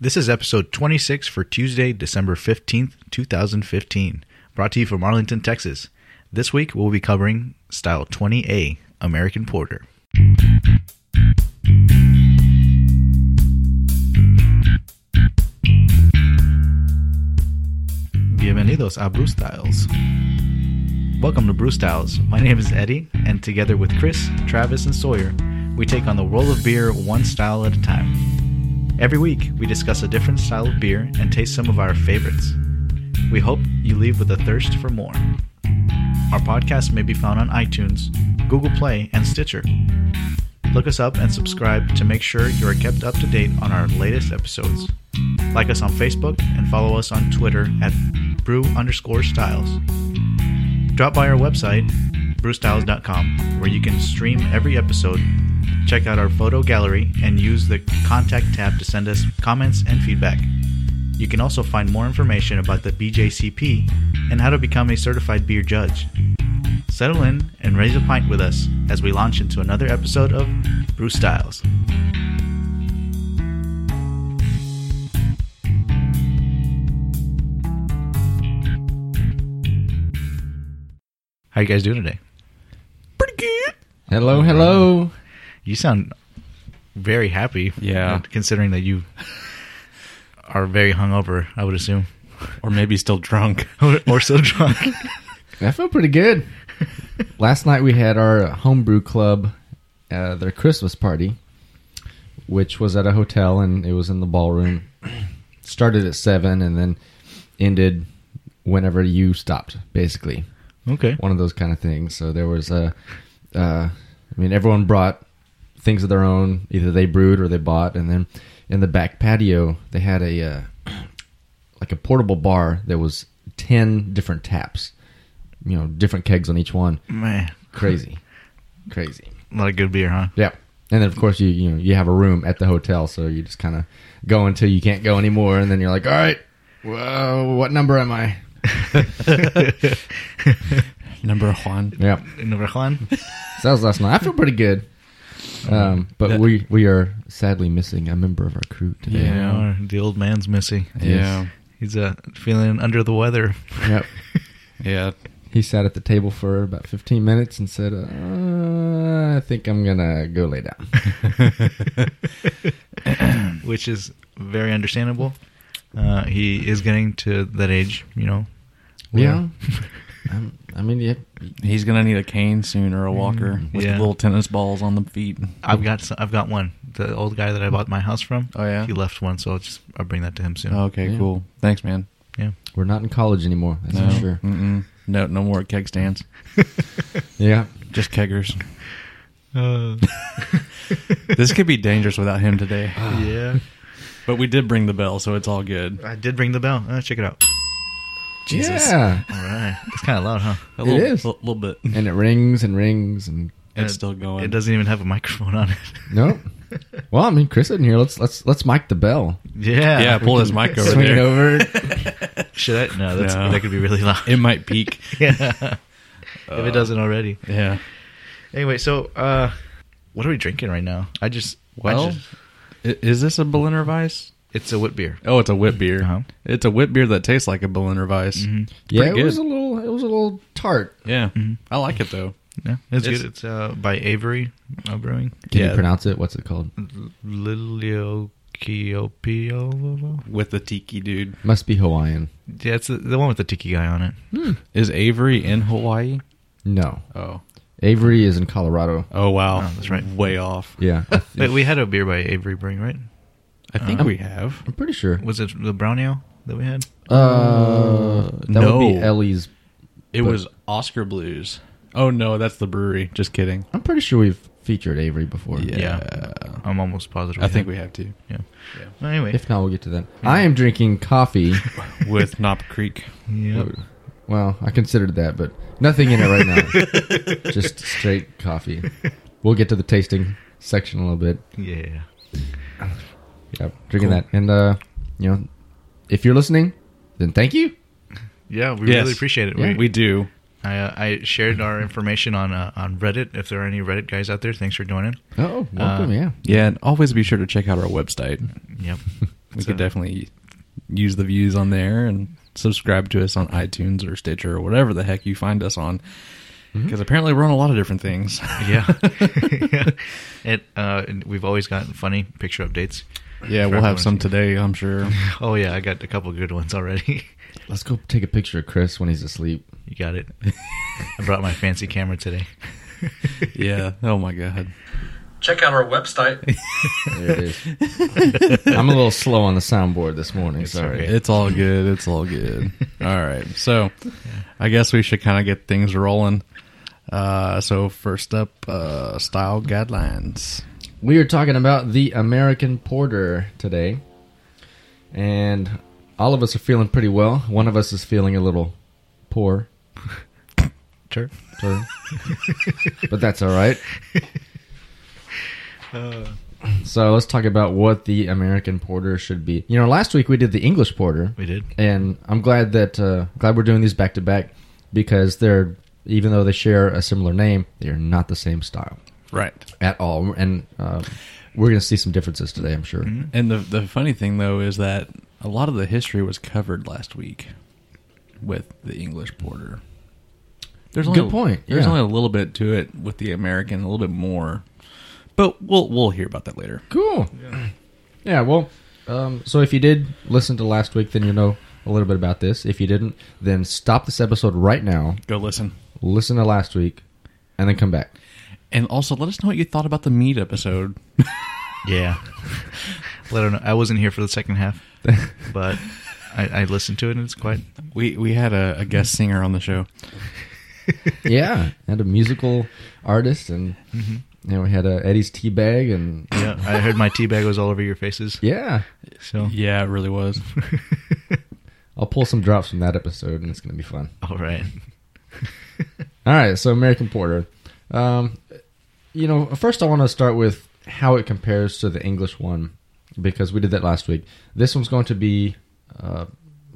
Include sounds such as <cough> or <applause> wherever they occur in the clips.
This is episode 26 for Tuesday, December 15th, 2015, brought to you from Arlington, Texas. This week we'll be covering Style 20A American Porter. Bienvenidos a Brew Styles. Welcome to Brew Styles. My name is Eddie, and together with Chris, Travis, and Sawyer, we take on the world of beer one style at a time. Every week, we discuss a different style of beer and taste some of our favorites. We hope you leave with a thirst for more. Our podcast may be found on iTunes, Google Play, and Stitcher. Look us up and subscribe to make sure you are kept up to date on our latest episodes. Like us on Facebook and follow us on Twitter at brew underscore styles. Drop by our website, brewstyles.com, where you can stream every episode, check out our photo gallery, and use the contact tab to send us comments and feedback. You can also find more information about the BJCP and how to become a certified beer judge. Settle in and raise a pint with us as we launch into another episode of Brew Styles. How you guys doing today? pretty good. Hello, hello. You sound very happy. uh, Yeah. Considering that you are very hungover, I would assume. or maybe still drunk. <laughs> or so drunk. I feel pretty good. Last night we had our homebrew club, uh, their Christmas party, which was at a hotel and it was in the ballroom. <clears throat> Started at seven and then ended whenever you stopped, basically. okay. One of those kind of things. So there was a, uh, I mean, everyone brought things of their own, either they brewed or they bought, and then in the back patio they had a uh, <clears throat> like a portable bar that was ten different taps, you know, different kegs on each one. Man, Crazy, crazy. a lot of good beer, huh? Yeah. And then of course you you know you have a room at the hotel, so you just kind of go until you can't go anymore, and then you're like, all right, well, what number am I? <laughs> Number Juan. Yeah. In Orejuelan? So that was last night. I feel pretty good. Um, but That- we we are sadly missing a member of our crew today. Yeah. Yeah, the old man's missing. Yeah. He's uh, feeling under the weather. <laughs> Yep. Yeah. He sat at the table for about 15 minutes and said, uh, I think I'm going to go lay down. <laughs> Which is very understandable. Uh, he is getting to that age, you know. Yeah. I'm, I mean, yeah, He's going to need a cane soon or a walker Mm. with Yeah. little tennis balls on the feet. I've got some, I've got one. The old guy that I bought my house from. Oh, yeah? He left one, so I'll just I'll bring that to him soon. Oh, Okay, Yeah. cool. Thanks, man. Yeah. we're not in college anymore. That's No, for sure. Mm-mm. no, no more keg stands. Yeah. Just keggers. Uh, <laughs> this could be dangerous without him today. <laughs> yeah. But we did bring the bell, so it's all good. I did ring the bell. Uh, check it out. Jesus. Yeah. All right. It's kind of loud, huh? A It little, is. A little bit. And it rings and rings and It's Uh, still going. It doesn't even have a microphone <laughs> on it. nope. well, I mean, Chris in here. Let's let's let's mic the bell. <laughs> Yeah. Yeah, pull <laughs> his mic over Swing there. it <laughs> over. Should I? No, that's, No. that could be really loud. It <laughs> might peak. <laughs> yeah. if it doesn't already. yeah. Anyway, so uh, what are we drinking right now? I just I Well, just- i- is this a Berliner Weiss? it's a wit beer. Oh, it's a whip beer. Uh-huh. It's a whip beer that tastes like a Berliner Weiss. Mm-hmm. Yeah, it Pretty good. was Mm-hmm. a little it was a little tart. Yeah, I like it though. Yeah, it's, It's- good. It's uh, by Avery uh, Brewing. Can Yeah. you pronounce it? What's it called? Liliokiopiolo. With the tiki dude, Must be Hawaiian. Yeah, it's the, the one with the tiki guy on it. is Avery in Hawaii? No, Oh, Avery is in Colorado. oh wow, Oh, that's right. Way off. Yeah, <laughs> I Wait, we had a beer by Avery Brewing, right? I think Uh, we have. am pretty sure. Was it the brown ale that we had? Uh, that would be no. Ellie's. It but- was Oscar Blues. Oh no, that's the brewery. Just kidding. I'm pretty sure we've featured Avery before. Yeah. I'm almost positive. I think we have <laughs> to Yeah. Yeah. Well, anyway, If not, we'll get to that. I am drinking coffee. with Knob Creek. Yep. Well, I considered that, but nothing in it right <laughs> now. Just straight coffee. We'll get to the tasting section a little bit. yeah. Yeah, drinking Cool. that, and uh, you know, if you're listening, then thank you. Yeah, we Yes. really appreciate it. Yeah. We, We do. I, uh, I shared our information on uh, on Reddit. If there are any Reddit guys out there, thanks for joining. Oh, welcome. Uh, yeah, Yeah, and always be sure to check out our website. Yep. We So- could definitely use the views on there and subscribe to us on iTunes or Stitcher or whatever the heck you find us on. Because apparently we're on a lot of different things. <laughs> Yeah. <laughs> yeah. It, uh, and we've always gotten funny picture updates. <laughs> yeah, For we'll have everyone's some use. today, I'm <laughs> sure. Oh, yeah. I got a couple good ones already. <laughs> Let's go take a picture of Chris when he's asleep. you got it. <laughs> I brought my fancy camera today. <laughs> yeah. Oh my god. Check out our website. There it is. I'm a little slow on the soundboard this morning. Sorry. okay. It's all good. It's all good. all right. So, I guess we should kind of get things rolling. Uh, so first up, uh, style guidelines. We are talking about the American Porter today. And all of us are feeling pretty well. One of us is feeling a little poor. Sure. so- <laughs> but that's all right. So let's talk about what the American Porter should be. You know, last week we did the English Porter. We did. and I'm glad that uh, glad we're doing these back to back because they're even though they share a similar name, they're not the same style Right. at all, and uh, we're gonna see some differences today, I'm sure. And the the funny thing though is that a lot of the history was covered last week with the English porter. There's only Good point, There's yeah. only a little bit to it with the American, a little bit more. But we'll we'll hear about that later. Cool. Yeah. well, um, so if you did listen to last week, then you know a little bit about this. If you didn't, then stop this episode right now, Go listen. listen to last week, and then come back. And also let us know what you thought about the meat episode. Yeah. Let her know. I wasn't here for the second half, but I, I listened to it and it's quite. We we had a, a guest singer on the show. yeah, <laughs> Mm-hmm. and a musical artist, and you know we had uh, Eddie's tea bag, and Yeah. I heard my teabag was all over your faces. yeah. So, Yeah, it really was. I'll pull some drops from that episode, and it's going to be fun. all right. All right, so American Porter. Um, you know, first I want to start with how it compares to the English one because we did that last week. This one's going to be, uh,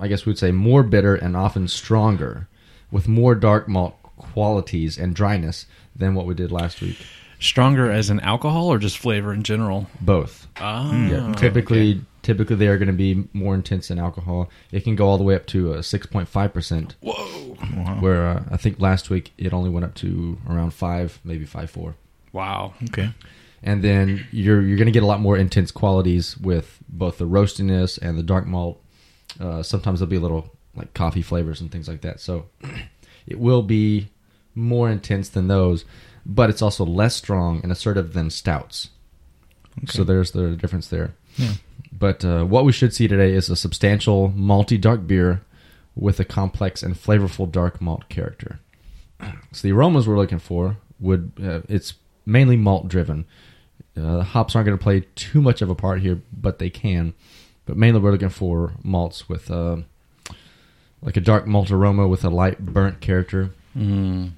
I guess we'd say, more bitter and often stronger, with more dark malt qualities and dryness than what we did last week. <laughs> Stronger as an alcohol or just flavor in general? Both. Ah, Yeah, typically, typically they are going to be more intense than alcohol. It can go all the way up to uh, six point five percent. Whoa. Wow. where uh, I think last week it only went up to around five, maybe five four, Wow. Okay. and then you're you're going to get a lot more intense qualities with both the roastiness and the dark malt. Uh, sometimes there'll be a little like coffee flavors and things like that. So <clears throat> it will be more intense than those, but it's also less strong and assertive than stouts. So there's the difference there. Yeah. But uh, what we should see today is a substantial malty dark beer with a complex and flavorful dark malt character. So the aromas we're looking for would uh, it's mainly malt driven. Uh, the hops aren't going to play too much of a part here, but they can. But mainly we're looking for malts with uh, like a dark malt aroma with a light burnt character. Mm.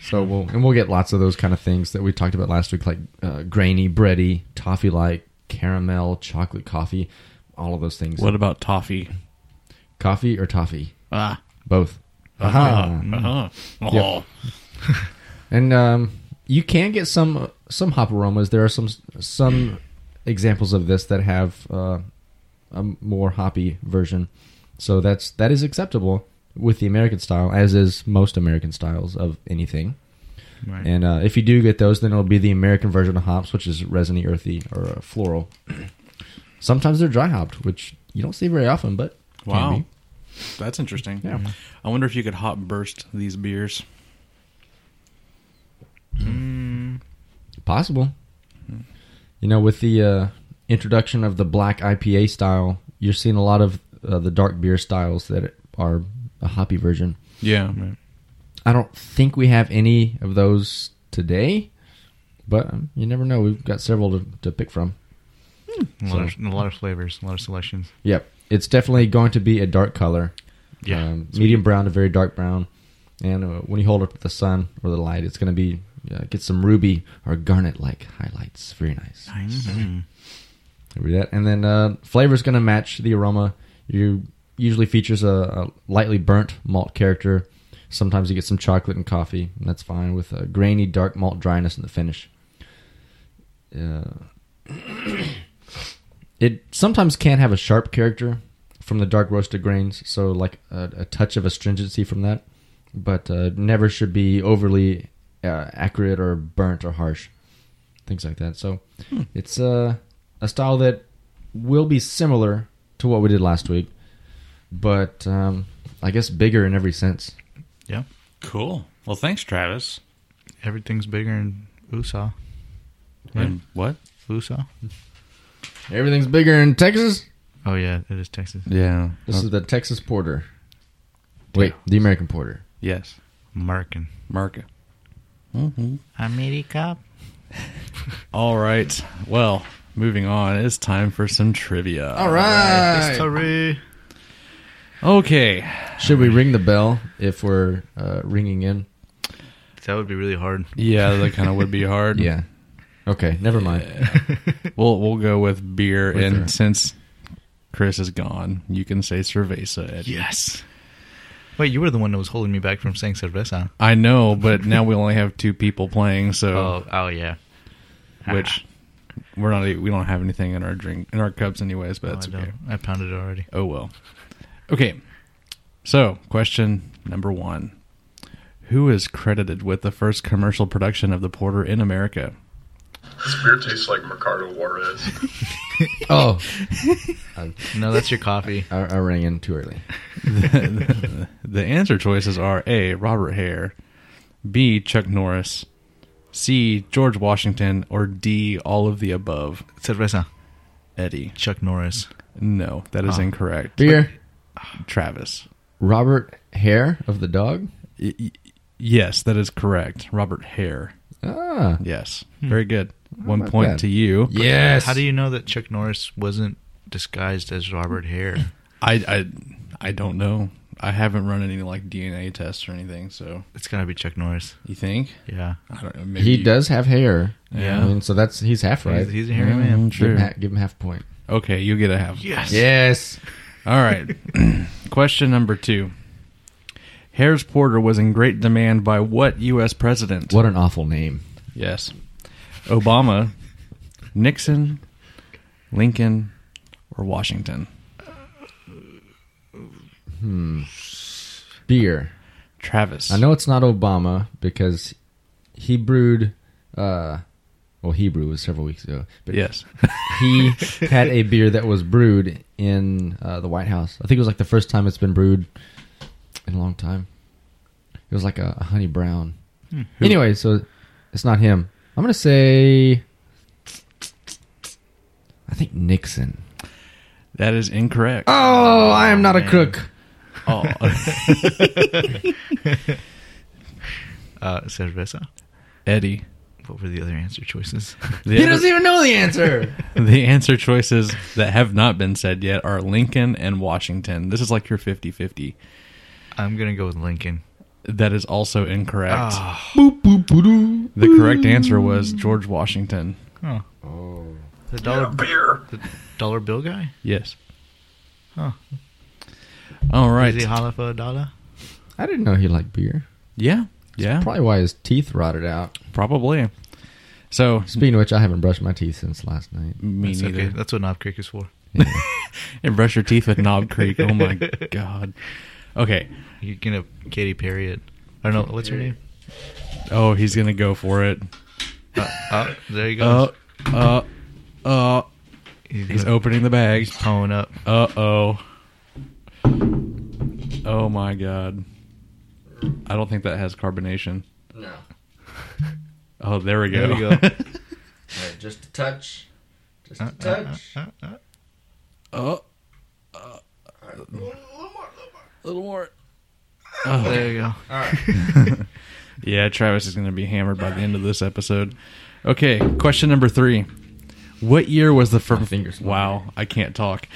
So we'll and we'll get lots of those kind of things that we talked about last week, like uh, grainy, bready, toffee-like, caramel, chocolate coffee, all of those things. What about toffee? coffee or toffee? Ah. Both. Uh huh. Oh. Yep. And um, you can get some some hop aromas. There are some some examples of this that have uh, a more hoppy version. So that's that is acceptable with the American style, as is most American styles of anything. Right. And uh, if you do get those, then it'll be the American version of hops, which is resiny, earthy, or uh, floral. <clears throat> Sometimes they're dry hopped, which you don't see very often, but can Wow. be. That's interesting. Yeah. I wonder if you could hot burst these beers. possible. You know, with the uh, introduction of the black IPA style, you're seeing a lot of uh, the dark beer styles that are a hoppy version. Yeah. I don't think we have any of those today, but um, you never know. We've got several to, to pick from. A lot, of, a lot of flavors, a lot of selections. Yep. It's definitely going to be a dark color. Yeah. Um, medium brown to very dark brown. And uh, when you hold it up to the sun or the light, it's going to be uh, get some ruby or garnet like highlights. Very nice. Mhm. Read that. And then uh, flavor is going to match the aroma. You usually features a, a lightly burnt malt character. Sometimes you get some chocolate and coffee, and that's fine with a grainy dark malt dryness in the finish. Uh, <coughs> It sometimes can have a sharp character from the dark roasted grains, so like a, a touch of astringency from that, but uh, never should be overly uh, accurate or burnt or harsh, things like that. So it's uh, a style that will be similar to what we did last week, but um, I guess bigger in every sense. Cool. Well, thanks, Travis. Everything's bigger in USA. And what? USA? Everything's bigger in Texas. Oh, yeah, it is Texas. Yeah. This is the Texas Porter. Wait, the American Porter. yes. American. America. Mm-hmm. America. All right. Well, moving on. It's time for some trivia. All right. Sorry. Okay. Should we ring the bell if we're uh, ringing in? That would be really hard. Yeah, that kind of would <laughs> be hard. Yeah. Okay, never mind. We'll we'll go with beer, With and her. since Chris is gone, you can say cerveza. Eddie. Yes. Wait, you were the one that was holding me back from saying cerveza. I know, but now we only have two people playing, so Oh, oh yeah. which we're not e, we don't have anything in our drink in our cups anyways, but that's oh, I, okay. don't. I pounded it already. Oh well. Okay. So, question number 1. Who is credited with the first commercial production of the porter in America? This beer tastes like Mercado Juarez. Oh, No, that's your coffee. I, I rang in too early. the answer choices are A. Robert Hare, B. Chuck Norris, C. George Washington, or D. All of the above. Cerveza. Eddie. Chuck Norris. No, that is incorrect. Ah. Beer. Travis. Robert Hare of the dog. Y- y- yes, that is correct. Robert Hare. Ah, Yes, very good. One not point bad. to you. yes. How do you know that Chuck Norris wasn't disguised as Robert Hare? I, I I don't know. I haven't run any like DNA tests or anything. So It's gotta be Chuck Norris. you think? Yeah. I don't know. Maybe He you- does have hair. Yeah. I mean, so that's he's half right. He's, he's a hairy man. Mm, give, him true. ha- give him half point. Okay, you get a half. Yes. Yes. <clears throat> All right. Question number two. Harris Porter was in great demand by what U.S. president? What an awful name. Yes. Obama, Nixon, Lincoln, or Washington? Beer. Travis. I know it's not Obama because he brewed. Uh, well, Hebrew was several weeks ago, but Yes. <laughs> he had a beer that was brewed in uh, the White House. I think it was like the first time it's been brewed in a long time. It was like a, a honey brown. Anyway, so it's not him. I'm gonna say, I think Nixon. That is incorrect. Oh, I am not a crook. Oh, <laughs> Uh, cerveza. Eddie. What were the other answer choices? The He other- doesn't even know the answer. The answer choices that have not been said yet are Lincoln and Washington. This is like your 50 50. I'm gonna go with Lincoln. That is also incorrect. Ah. Boop, boop, boodoo. The correct answer was George Washington. Oh. <laughs> Oh. The Yeah, dollar beer. the dollar bill guy? Yes. Huh. All right. Does he holla for a dollar? I didn't know he liked beer. Yeah. Yeah. Probably why his teeth rotted out. Probably. So, Speaking of which, I haven't brushed my teeth since last night. me That's neither. okay. That's what Knob Creek is for. And brush your teeth with Knob Creek. <laughs> Oh my God. Okay. You're gonna Katy Perry it. I don't know what's her name. Oh, he's going to go for it. Uh, uh, there you Uh, go. uh, uh. he's He's gonna- opening the bag. he's pulling up. Uh oh. Oh my god. I don't think that has carbonation. No. Oh, there we go. There we go. <laughs> Alright, just a touch. Just Uh, uh, uh, uh, uh. oh, a little more. uh. There you go. <laughs> Yeah, Travis is going to be hammered by the end of this episode. Okay, question number three. What year was the My first? fingers not Wow, I can't talk.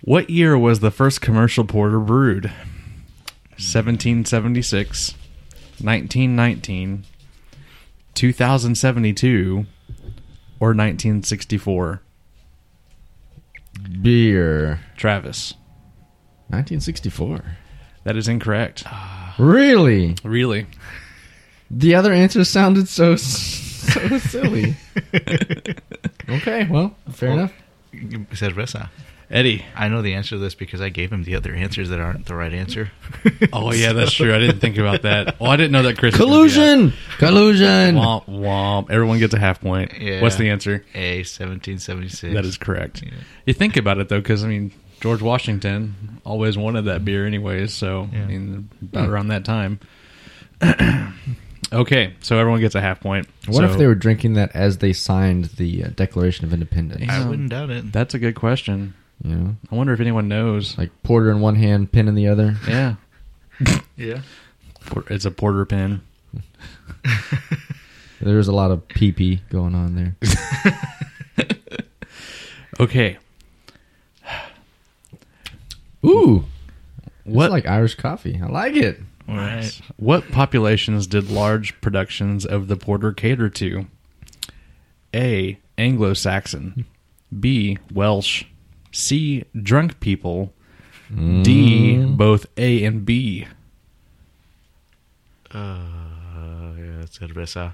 What year was the first commercial porter brewed? 1776, 1919, 2072, or 1964? Beer. Travis, 1964. that is incorrect. Really? Really? The other <laughs> answer <laughs> sounded so so silly. okay, well, fair enough. You said Ressa. Eddie. I know the answer to this because I gave him the other answers that aren't the right answer. <laughs> Oh yeah, that's true. I didn't think about that. Oh, I didn't know that Chris. was gonna be up. Collusion! Collusion! Womp womp. Everyone gets a half point. Yeah. What's the answer? <laughs> A seventeen seventy six. That is correct. Yeah. You think about it though, because I mean George Washington always wanted that beer anyways. So Yeah. I mean, about around that time. <clears throat> okay, so everyone gets a half point. What So- if they were drinking that as they signed the uh, Declaration of Independence? Um, I wouldn't doubt it. That's a good question. You know, I wonder if anyone knows. like porter in one hand, pin in the other. Yeah, Yeah. Por- it's a porter pin. There's a lot of pee pee going on there. Okay, Ooh, what? What- It's like Irish coffee. I like it. All right. What populations did large productions of the Porter cater to? A. Anglo Saxon. B. Welsh. C. Drunk people. D. Mm. Both A and B. Uh, yeah, it said Ressa.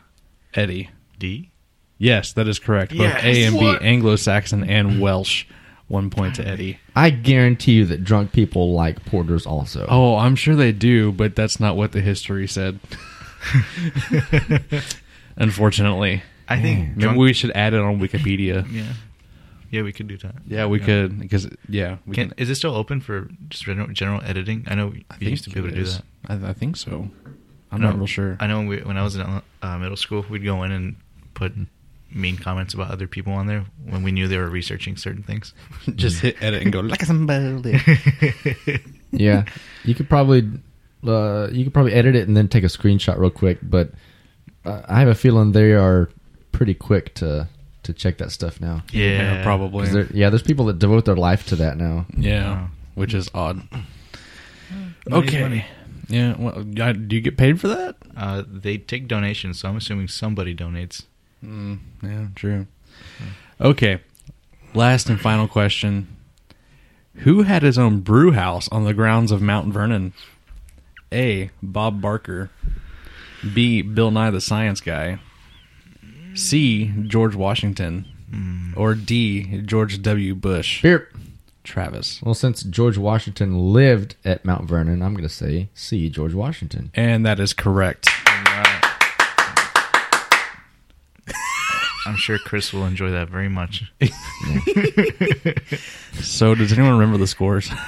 Eddie. <laughs> D. <laughs> Yes, that is correct. Both Yes. A and What? B. Anglo Saxon and Welsh. One point to Eddie. I guarantee you that drunk people like porters also. Oh, I'm sure they do, but that's not what the history said. Unfortunately. I think. Maybe drunk- we should add it on Wikipedia. yeah. Yeah, we could do that. Yeah, we could because yeah, we Can, is it still open for just general, general editing? I know you used to be able to do that. I, I think so. I'm No, not real sure. I know when, we, when I was in uh, middle school, we'd go in and put Hmm. mean comments about other people on there when we knew they were researching certain things. <laughs> Hmm. Just hit edit <laughs> and go <laughs> like somebody. <laughs> Yeah, you could probably uh, you could probably edit it and then take a screenshot real quick. But uh, I have a feeling they are pretty quick to to check that stuff now. yeah, probably. 'Cause there- yeah, there's people that devote their life to that now. yeah, which is odd. Money's okay. money. Yeah. Well, I- do you get paid for that? Uh, they take donations, so I'm assuming somebody donates. Yeah. True. Okay. Last and final question: Who had his own brew house on the grounds of Mount Vernon? A. Bob Barker. B. Bill Nye the Science Guy. C. George Washington. Or D. George W. Bush. Here, Travis. well, since George Washington lived at Mount Vernon, I'm going to say see George Washington. And that is correct. I'm sure Chris will enjoy that very much. So, does anyone remember the scores? <laughs>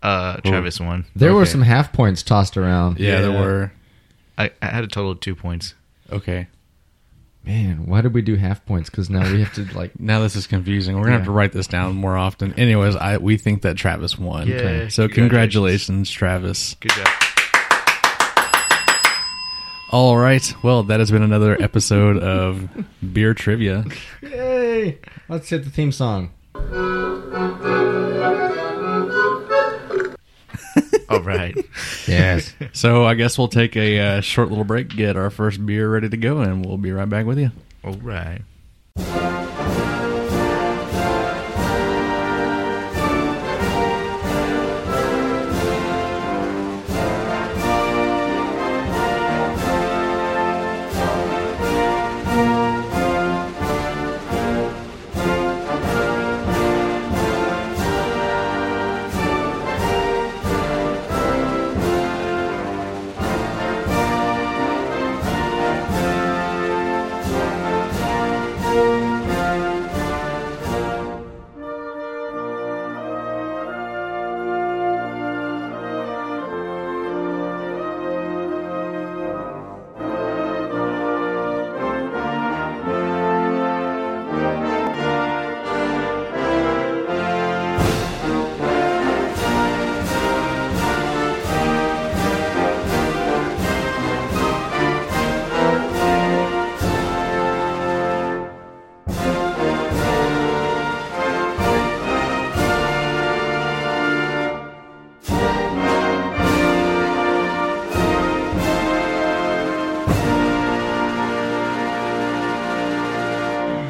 Uh, Travis won. There were Okay. some half points tossed around. yeah, there Yeah. were. I, I had a total of two points. Okay. Man, why did we do half points? Because now we have to like. Now this is confusing. We're gonna have to write this down more often. Anyways, I we think that Travis won. Yay, So congratulations. congratulations, Travis. Good <laughs> job. All right. Well, that has been another episode <laughs> of Beer Trivia. Yay! Let's hit the theme song. All right. Yes. So I guess we'll take a uh, short little break, get our first beer ready to go, and we'll be right back with you. All right.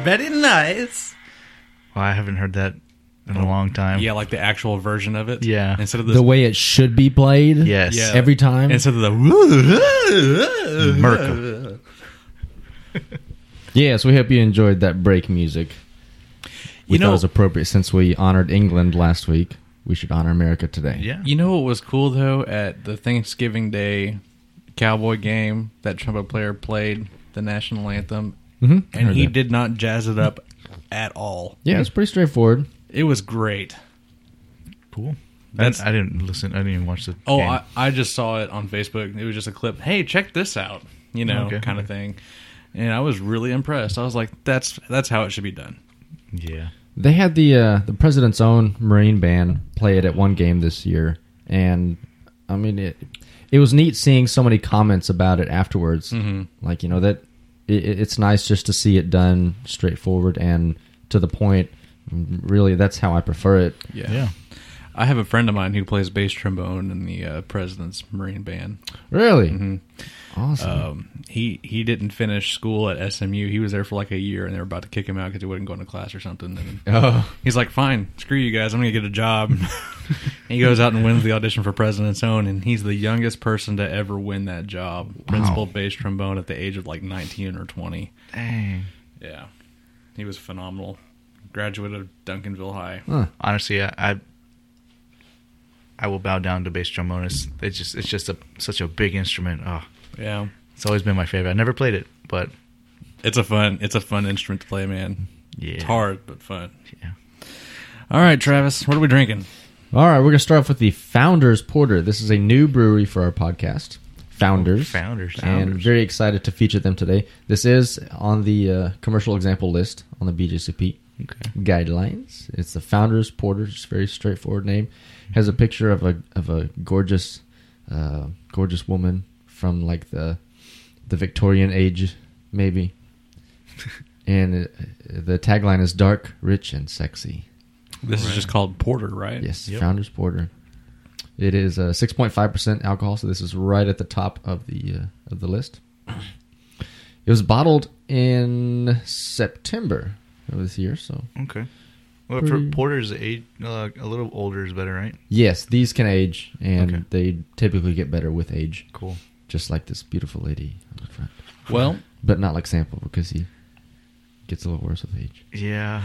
Very nice. Well, I haven't heard that in a long time. Yeah, like the actual version of it. Yeah. Instead of <laughs> the the, way it should be played. Yes. Yeah. Every time. instead of <laughs> the Merca. Yes, we hope you enjoyed that break music. we You thought know- it was appropriate since we honored England last week. We should honor America today. Yeah. You know what was cool though at the Thanksgiving Day Cowboy game that trumpet player played the national anthem, Mhm. I and heard he that. did not jazz it up at all. Yeah, it's pretty straightforward. It was great. Cool. That's- I, I didn't listen. I didn't even watch the. Oh, game. I, I just saw it on Facebook. It was just a clip. Hey, check this out, you know, Okay. kind of thing. And I was really impressed. I was like, that's that's how it should be done. yeah. They had the uh, the president's own Marine band play it at one game this year, and I mean it. It was neat seeing so many comments about it afterwards. Like you know that it, it- it's nice just to see it done straightforward and to the point. Really, that's how I prefer it. Yeah. I have a friend of mine who plays bass trombone in the uh, President's Marine Band. Really awesome. <laughs> Um, he he didn't finish school at SMU. He was there for like a year, and they were about to kick him out because he wasn't going to class or something. And oh, he's like, "Fine, screw you guys. I'm gonna get a job." <laughs> and he goes out and wins the audition for President's Own, and he's the youngest person to ever win that job, principal bass trombone, at the age of like 19 or 20. Dang. Yeah, he was phenomenal. Graduate of Duncanville High. Honestly, I, I I will bow down to bass trombonists. It's just it's just a such a big instrument. Oh, Yeah, it's always been my favorite. I never played it, but it's a fun it's a fun instrument to play, man. yeah, It's hard but fun. Yeah. All right, Travis, what are we drinking? all right. We're gonna start off with the Founders Porter. This is a new brewery for our podcast. Founders. Oh, Founders. and very excited to feature them today. This is on the uh, commercial example list on the BJCP Okay. guidelines. It's the Founders Porter, just very straightforward name. Has a picture of a of a gorgeous, uh, gorgeous woman from like the the Victorian age, maybe. and uh, the tagline is dark, rich, and sexy. This is just called porter, <laughs> right? Yes, Yep. Founders Porter. It is uh, 6.5% alcohol, so this is right at the top of the uh, of the list. It was bottled in September of this year, so Okay. Well, for Pretty- porters, age, uh, a little older is better, right? yes, these can age, and Okay. they typically get better with age, Cool. just like this beautiful lady on the front, Well, but not like Sample because he gets a little worse with age. <laughs> Yeah.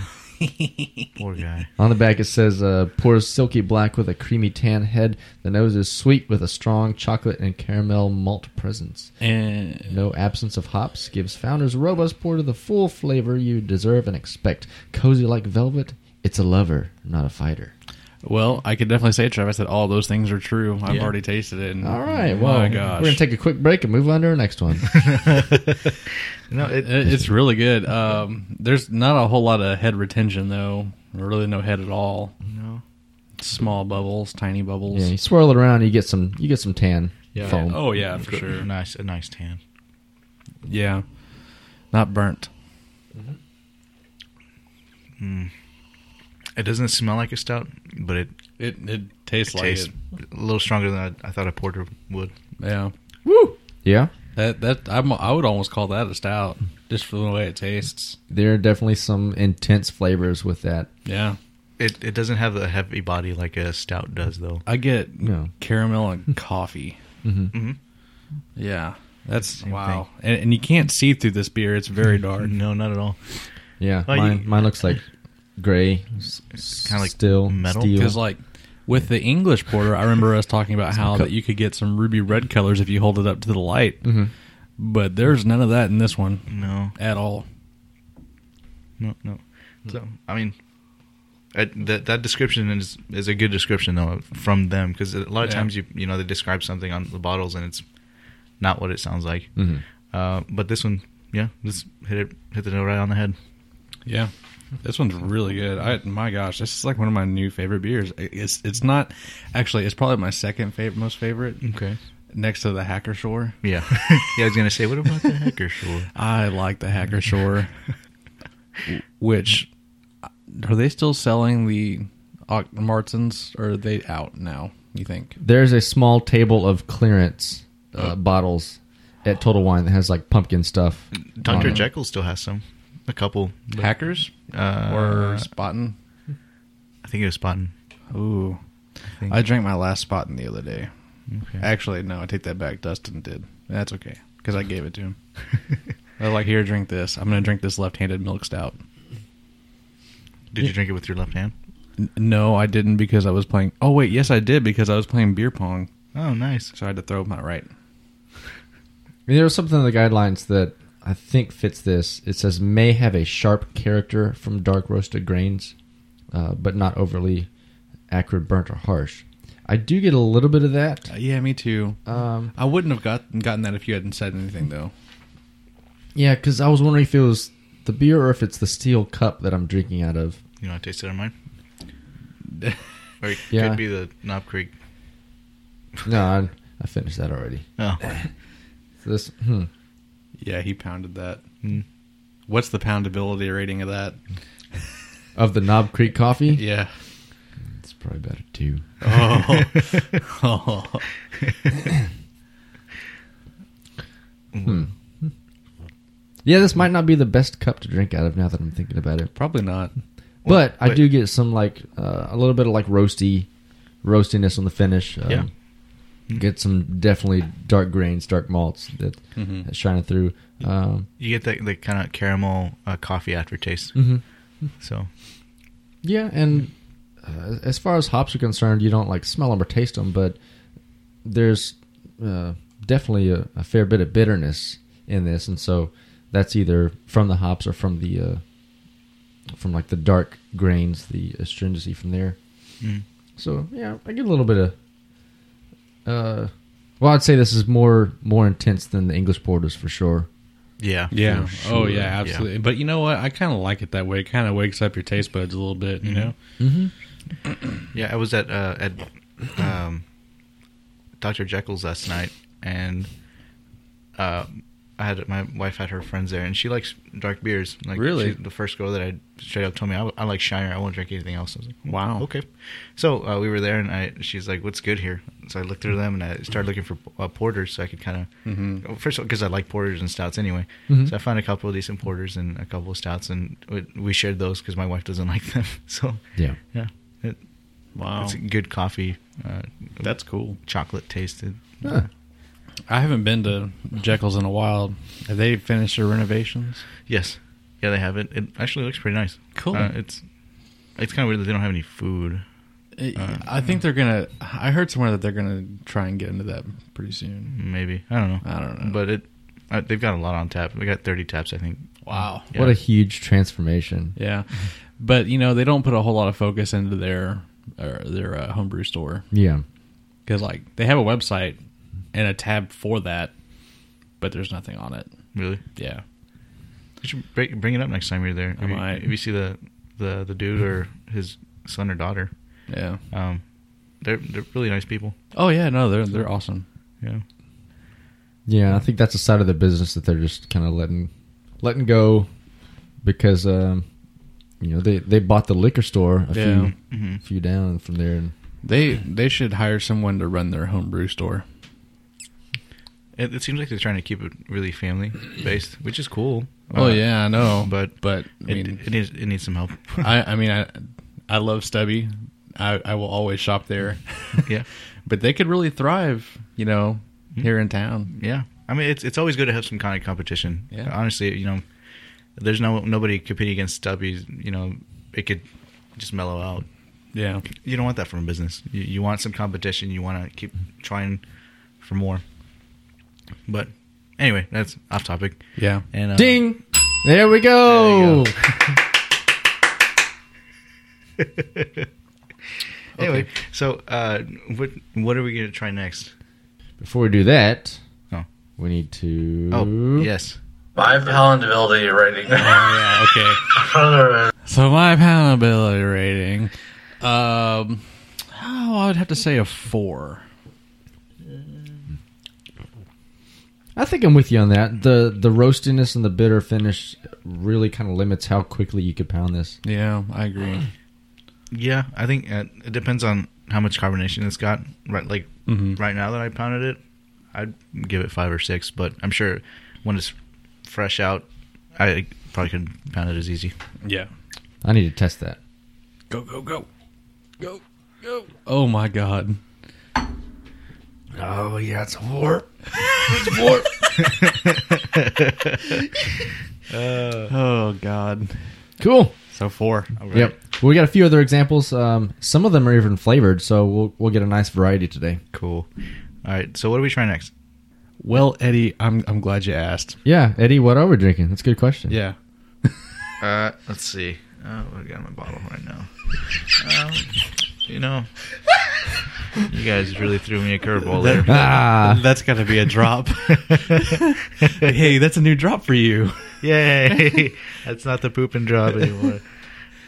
Poor guy. On the back it says, uh, "Pours silky black with a creamy tan head. The nose is sweet with a strong chocolate and caramel malt presence." and No absence of hops gives Founders Robust Porter the full flavor you deserve and expect. Cozy like velvet, it's a lover, not a fighter. well, I could definitely say, Travis, that all those things are true. I've Yeah. already tasted it. Mm. And, All right, well, well, my we're gosh, going to take a quick break and move on to our next <laughs> one. No, it, It- it's really good. Um, there's not a whole lot of head retention though. Really, no head at all. no. Small bubbles, tiny bubbles. yeah, you swirl it around, you get some, you get some tan Yeah. foam. Oh yeah, for sure. Nice, a nice tan. Yeah, not burnt. It doesn't smell like a stout, but it It it tastes like tastes it. a little stronger than I, I thought a porter would. Yeah, Yeah, that that I'm, I would almost call that a stout just for the way it tastes. there are definitely some intense flavors with that. Yeah, It it doesn't have a heavy body like a stout does, though. I get No. caramel <laughs> and coffee. Mm-hmm. Mhm. Yeah, that's Same wow. And, and you can't see through this beer; it's very <laughs> dark. No, not at all. Yeah, Oh, you- mine, mine looks like gray, kind kinda like still metal? steel. Because like with the English porter, I remember us talking about how that you could get some ruby red colors if you hold it up to the light. Mhm. But there's none of that in this one No, at all. no, no. So I mean, I, that that description is is a good description though from them because a lot of Yeah. times you you know they describe something on the bottles and it's not what it sounds like. Mm-hmm. Mhm. Uh, but this one, yeah, this hit it hit the nail right on the head. Yeah, this one's really good. I my gosh, this is like one of my new favorite beers. It- It's it's not actually it's probably my second favorite most favorite Okay. next to the Hacker Shore. Yeah. <laughs> yeah, I was gonna say, what about the hacker sure? I like the Hacker Shore, which are they still selling the Ock- Martins or are they out now? You think? There's a small table of clearance Oh. uh, bottles at Total Wine that has like pumpkin stuff. on Doctor it. Jekyll still has some, a couple. Hackers Uh, or Spottin? I think it was Spotting. Ooh. think- I, drank my last Spottin the other day. Okay. Actually, no, I take that back. Dustin did. That's okay because I gave it to <laughs> him. I was like, here, drink this. I'm going to drink this left handed milk stout. Did you drink it with your left hand? N- No, I didn't because I was playing. Oh wait, yes, I did because I was playing beer pong, Oh, nice. so I had to throw my right. I mean, there was something in the guidelines that I think fits this. It says may have a sharp character from dark roasted grains, uh, but not overly acrid, burnt, or harsh. I do get a little bit of that. Uh, yeah, me too. Um, I wouldn't have got, gotten that if you hadn't said anything though. <laughs> yeah, because I was wondering if it was the beer or if it's the steel cup that I'm drinking out of. You want to taste it or mine? or it Yeah. could be the Knob Creek. No, I, I finished that already. Oh, <laughs> So this, hmm. Yeah, he pounded that. Hmm. What's the poundability rating of <laughs> that? Of the Knob Creek coffee? <laughs> Yeah. It's probably about a two. Oh. <laughs> oh. Yeah, this might not be the best cup to drink out of now that I'm thinking about it. Probably not. But I wait. do get some like uh, a little bit of like roasty, roastiness on the finish. Um, Yeah. Get some definitely dark grains, dark malts that Mm-hmm. that's shining through. Um, you get that the kind of caramel uh, coffee aftertaste. So Yeah, and uh, as far as hops are concerned, you don't like smell them or taste them, but there's uh, definitely a, a fair bit of bitterness in this, and so that's either from the hops or from the uh, from like the dark grains, the astringency from there. Mm. So yeah, I get a little bit of. Uh, well, I'd say this is more more intense than the English porters for sure. yeah, Yeah. For Oh sure. yeah, absolutely. But you know what? I kind of like it that way. It kind of wakes up your taste buds a little bit. You know. Mm-hmm. yeah. I was at uh, at um, Dr. Jekyll's last night, and uh, I had my wife had her friends there, and she likes dark beers. Like Really? she- the first girl that I straight up told me I, I like Shiner. I won't drink anything else. I was like, "Oh, Wow. Okay. So uh, we were there, and I, she's like, "What's good here?" So I looked through them, and I started looking for uh, porters, so I could kind of Mm-hmm. first of all because I like porters and stouts anyway. Mm-hmm. So I found a couple of decent porters and a couple of stouts, and we, we shared those because my wife doesn't <laughs> like them. So Yeah. yeah, it, Wow. it's a good coffee, uh, Um, That's cool. chocolate tasted. Huh. I haven't been to Jekyll's in a while. Have they finished their renovations? Yes, yeah, they have it. It actually looks pretty nice. Cool. Uh, it's it's kind of weird that they don't have any food. I think they're gonna. I heard somewhere that they're gonna try and get into that pretty soon. Maybe I don't know. I don't know. but it. Uh, they've got a lot on tap. We got 30 taps, I think. Wow. Yeah. What a huge transformation. Yeah, but you know they don't put a whole lot of focus into their or their uh, homebrew store Yeah. because like they have a website and a tab for that, but there's nothing on it. really. Yeah. You should br- bring it up next time you're there. If, I you, might. if you see the, the, the dude or his son or daughter, Yeah. um, they're they're really nice people. Oh yeah, no, they're they're awesome. Yeah, Yeah, I think that's a side of the business that they're just kind of letting letting go because um, you know they, they bought the liquor store a Yeah. few Mm-hmm. few down from there. And, They they should hire someone to run their homebrew store. it, it seems like they're trying to keep it really family based, which is cool. Oh Uh, yeah, I know, but- <laughs> but I it, mean, it needs it needs some help. I I mean I I love Stubby. I I will always shop <laughs> there. yeah, but they could really thrive, you know, here in town. yeah. I mean, it's it's always good to have some kind of competition. Yeah. honestly, you know, there's no nobody competing against Stubby's. You know, it could just mellow out. Yeah. You don't want that from a business. You, you want some competition. You want to keep trying for more. But anyway, that's off topic. Yeah. And uh, <laughs> Ding! There we go. There Anyway, so uh, what what are we gonna try next? Before we do that, Oh. we need to. Oh, yes. My palatability rating. Yeah, okay. So my palatability rating, um, oh, I would have to say a four. I think I'm with you on that. the The roastiness and the bitter finish really kind of limits how quickly you could pound this. Yeah, I agree. Yeah, I think uh, it depends on how much carbonation it's got. Right, like Mm-hmm. Mm. right now that I pounded it, I'd give it five or six. But I'm sure when it's fresh out, I probably could pound it as easy. Yeah. I need to test that. Go go go, go go. Oh my god. Oh yeah, it's a warp. Oh god. Cool. So four. All Yep. we got a few other examples. Um, some of them are even flavored, so we'll we'll get a nice variety today. Cool. All right. So what do we try next? Well, Eddie, I'm I'm glad you asked. Yeah, Eddie, what are we drinking? That's a good question. Yeah. Uh, let's see. Oh, I got my bottle right now. Um, you know, you guys really threw me a curveball there. Ah, That's got to be a drop. <laughs> hey, that's a new drop for you. Yay! <laughs> That's not the poop and drop anymore.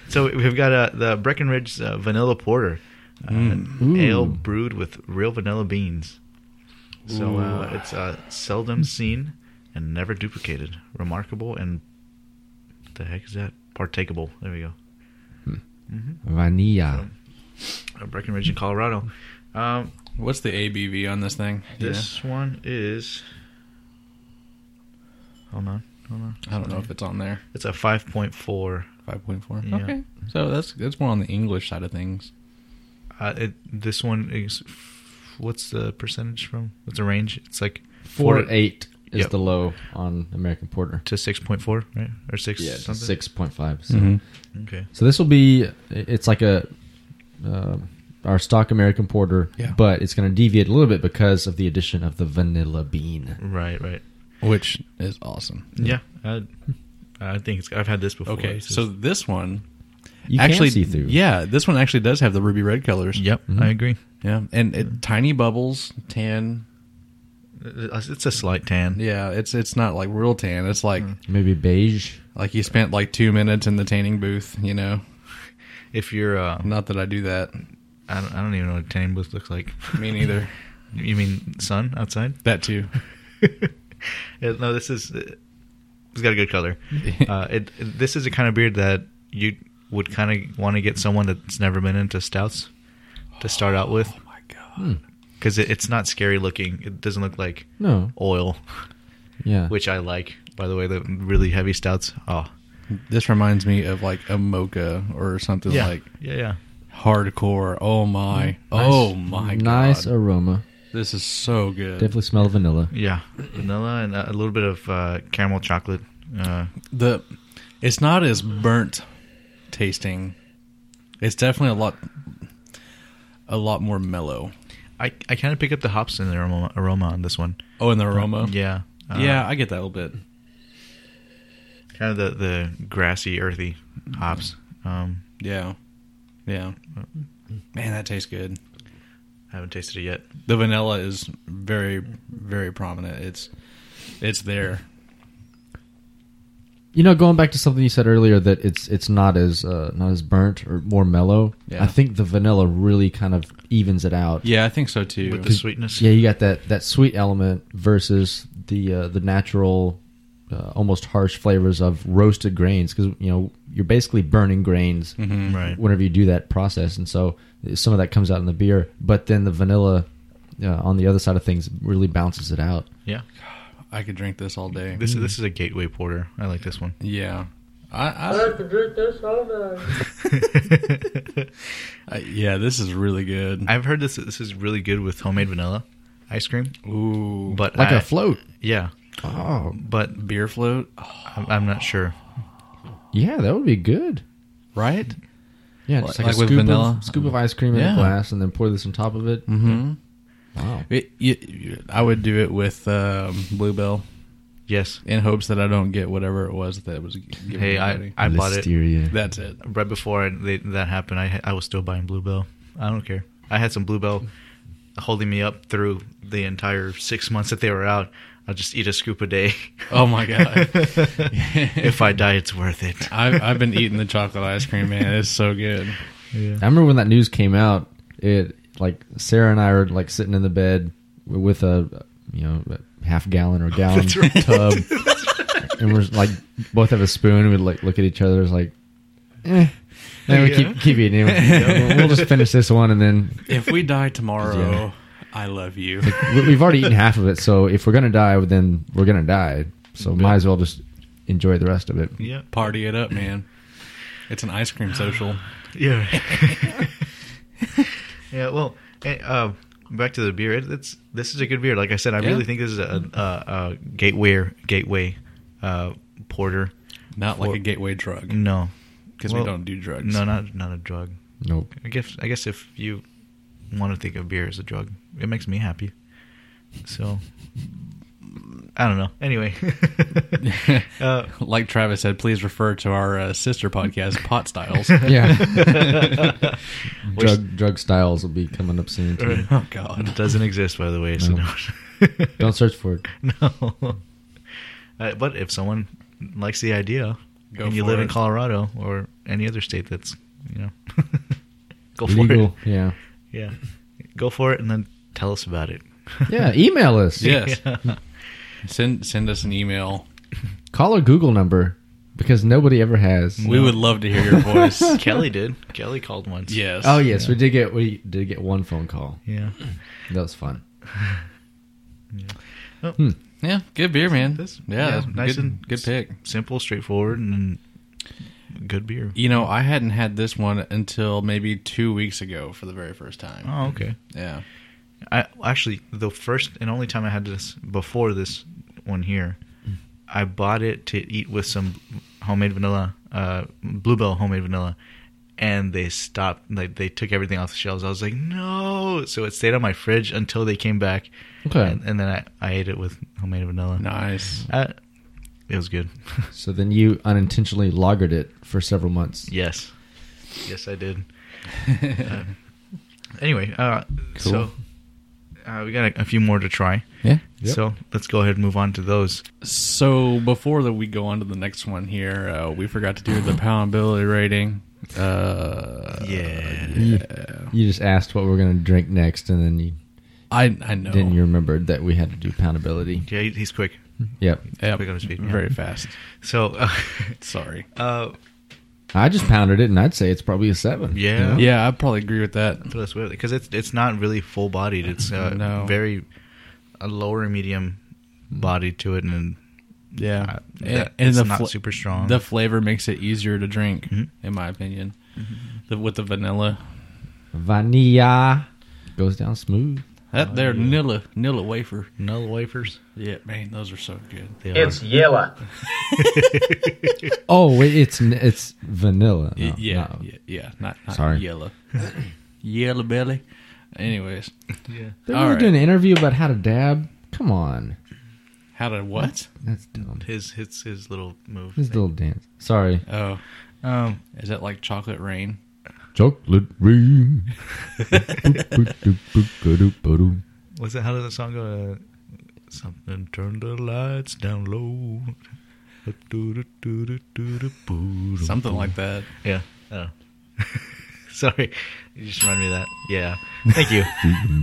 So we've got uh, the Breckenridge uh, Vanilla Porter, uh, an ale brewed with real vanilla beans. So uh, it's uh, seldom seen and never duplicated. Remarkable and the heck is that? Partakeable. There we go. vanilla. Uh, Breckenridge in Colorado. Um, What's the ABV on this thing? this one is. Hold on, hold on. I don't know if it's on there. It's a five point four. Five point four. Yeah. Okay, so that's that's more on the English side of things. Uh, it, this one is what's the percentage from? What's the range? It's like Four to eight is Yep. the low on American Porter. to six point four, right? Or six? Yeah, something? six point five. So. Mm-hmm. Okay. So this will be it's like a uh, our stock American porter, Yeah. but it's going to deviate a little bit because of the addition of the vanilla bean. Right. Right. which is awesome. Yeah. I, I think it's. I've had this before. Okay, It's so just- this one You actually, can see through. yeah, this one actually does have the ruby red colors. yep, I agree. yeah, and it, tiny bubbles, tan. It's a slight tan. Yeah, it's it's not like real tan. It's Mm. like maybe beige. like you spent like two minutes in the tanning booth. You know, If you're, uh, not that I do that. I don't, I don't even know what a tan booth looks like. Me neither. <laughs> you mean sun outside? <laughs> that too. Oh Yeah, no, this is. It's got a good <laughs> color. Uh, it, this is the kind of beer that you would kind of want to get someone that's never been into stouts to start out with. Oh my Hmm. god! Because it, it's not scary looking. It doesn't look like No, <laughs> oil, yeah, which I like. By the way, the really heavy stouts. Oh, This reminds me of like a mocha or something like yeah, yeah. hardcore. Oh my! Oh my! nice God. aroma. This is so good. Definitely smell of vanilla. Yeah, vanilla and a little bit of uh, caramel chocolate. Uh, the it's not as burnt tasting. It's definitely a lot a lot more mellow. I I kind of pick up the hops in the aroma, aroma on this one. Oh, and the aroma. Yeah, uh, yeah, I get that a little bit. kind of the the grassy, earthy hops. Um, Yeah. Yeah. Man, that tastes good. I haven't tasted it yet. The vanilla is very very prominent. It's it's there. You know, going back to something you said earlier that it's it's not as uh, not as burnt or more mellow. Yeah. I think the vanilla really kind of evens it out. Yeah, I think so too. With the sweetness. Yeah, you got that that sweet element versus the uh, the natural, uh, almost harsh flavors of roasted grains because you know you're basically burning grains Mm-hmm. Mm-hmm. Right. whenever you do that process, and so some of that comes out in the beer. But then the vanilla uh, on the other side of things really bounces it out. Yeah. I could drink this all day. This is this is a gateway porter. I like this one. <laughs> Yeah. I, I, I yeah, this is really good. I've heard this this is really good with homemade vanilla ice cream, Ooh, but Like I- a float. yeah, Oh, but beer float, I'm, I'm not sure. yeah, that would be good. right? Yeah, just like, Like a with scoop vanilla? of scoop of ice cream in Yeah. a glass, and then pour this on top of it. Mm-hmm. Wow. It, you, you- I would do it with um, Bluebell Yes. in hopes that I don't get whatever it was that was. Given Hey, I I bought it Listeria. That's it. right before I, they, that happened. I I was still buying Bluebell. I don't care. I had some Bluebell holding me up through the entire six months that they were out. I'll just eat a scoop a day. Oh my god! <laughs> if I die, it's worth it. <laughs> I've I've been eating the chocolate ice cream, man. It's so good. I remember when that news came out. It like Sarah and I were like sitting in the bed w- with a you know a half gallon or gallon tub, and we're like both have a spoon. and We like look at each other. It's like, eh. And we keep keep eating. it. We'll- We'll just finish this one, and then If we die tomorrow, I love you. we- we've already eaten half of it. So if we're gonna die, then we're gonna die. So might as well just enjoy the rest of it. Yeah. Party it up, man. It's an ice cream social. Yeah. <laughs> yeah. Well, eh, uh, back to the beer. It, it's this is a good beer. Like I said, I Yeah. really think this is a, a, a gateway gateway uh, porter. Not like a gateway drug. No, because Mm, Well, we don't do drugs. <laughs> No, not not a drug. Nope. I guess I guess if you want to think of beer as a drug, it makes me happy. So I don't know. <laughs> Anyway, <laughs> uh, like Travis said, please refer to our uh, sister podcast, Pot <laughs> Styles. Yeah. which drug drug styles will be coming up soon. Too. <laughs> oh God, doesn't exist by the way. So No. <laughs> Don't search for it. no. Uh, but if someone likes the idea, Go and you for live in it. Colorado or any other state that's you know, <laughs> go Legal. for Yeah. it. Yeah, go for it, and then tell us about it. <laughs> Yeah. Email us. <laughs> <laughs> yes. <laughs> Send send us an email. Call our Google number because nobody ever has. We would love to hear <laughs> your voice. Kelly did. Kelly called once. yes. Oh yes, we did get we did get one phone call. Yeah. That was fun. Yeah. Good beer, man. This- yeah, yeah, that's nice good, and- good pick. Simple, straightforward, and good beer. You know, I hadn't had this one until maybe two weeks ago for the very first time. Oh, okay. Yeah. I actually the first and only time I had this before this one here, I bought it to eat with some homemade vanilla, uh, bluebell homemade vanilla, and they stopped. Like they took everything off the shelves. I was like, no. So it stayed on my fridge until they came back, Okay. and, and then I, I ate it with homemade vanilla. Nice. I, it was good. <laughs> So then you unintentionally lagered it for several months. Yes. Yes, I did. Uh, anyway, uh, so uh, we got a, a few more to try. Yeah. Yep. So let's go ahead and move on to those. So before that, we go on to the next one here. Uh, we forgot to <laughs> do the poundability rating. Uh, Yeah. You, you just asked what we were going to drink next, and then you I I know. then you remembered that we had to do poundability. Yeah, he- he's quick. Yep. Yep. Quick on his feet, yeah. Very fast. So, <laughs> uh, Sorry. uh, I just pounded it, and I'd say it's probably a seven. Yeah. you know? Yeah, I probably agree with that. so that's weird because it's it's not really full bodied. It's uh, No. very a lower medium body to it, and Yeah, And- and it's not super strong. The flavor makes it easier to drink, Mm-hmm. in my opinion, The- with the vanilla. Vanilla goes down smooth. That Oh, they're nilla nilla wafer. null wafers. Yeah, man, those are so good. They are- It's yellow. Oh, wait, it's it's vanilla. No, yeah, no. yeah, yeah, not, not Sorry. <laughs> yellow, yellow belly. Anyways, They All were right. doing an interview about how to dab. Come on, how to what? that's dumb. his his his little move. His little dance. Sorry. Oh, Um, is that like chocolate rain? Chocolate rain. That's what's that? How does that song go? Uh, something turn the lights down low. Something like that. Yeah. Oh. Sorry. You just reminded me of that. Yeah. Thank you.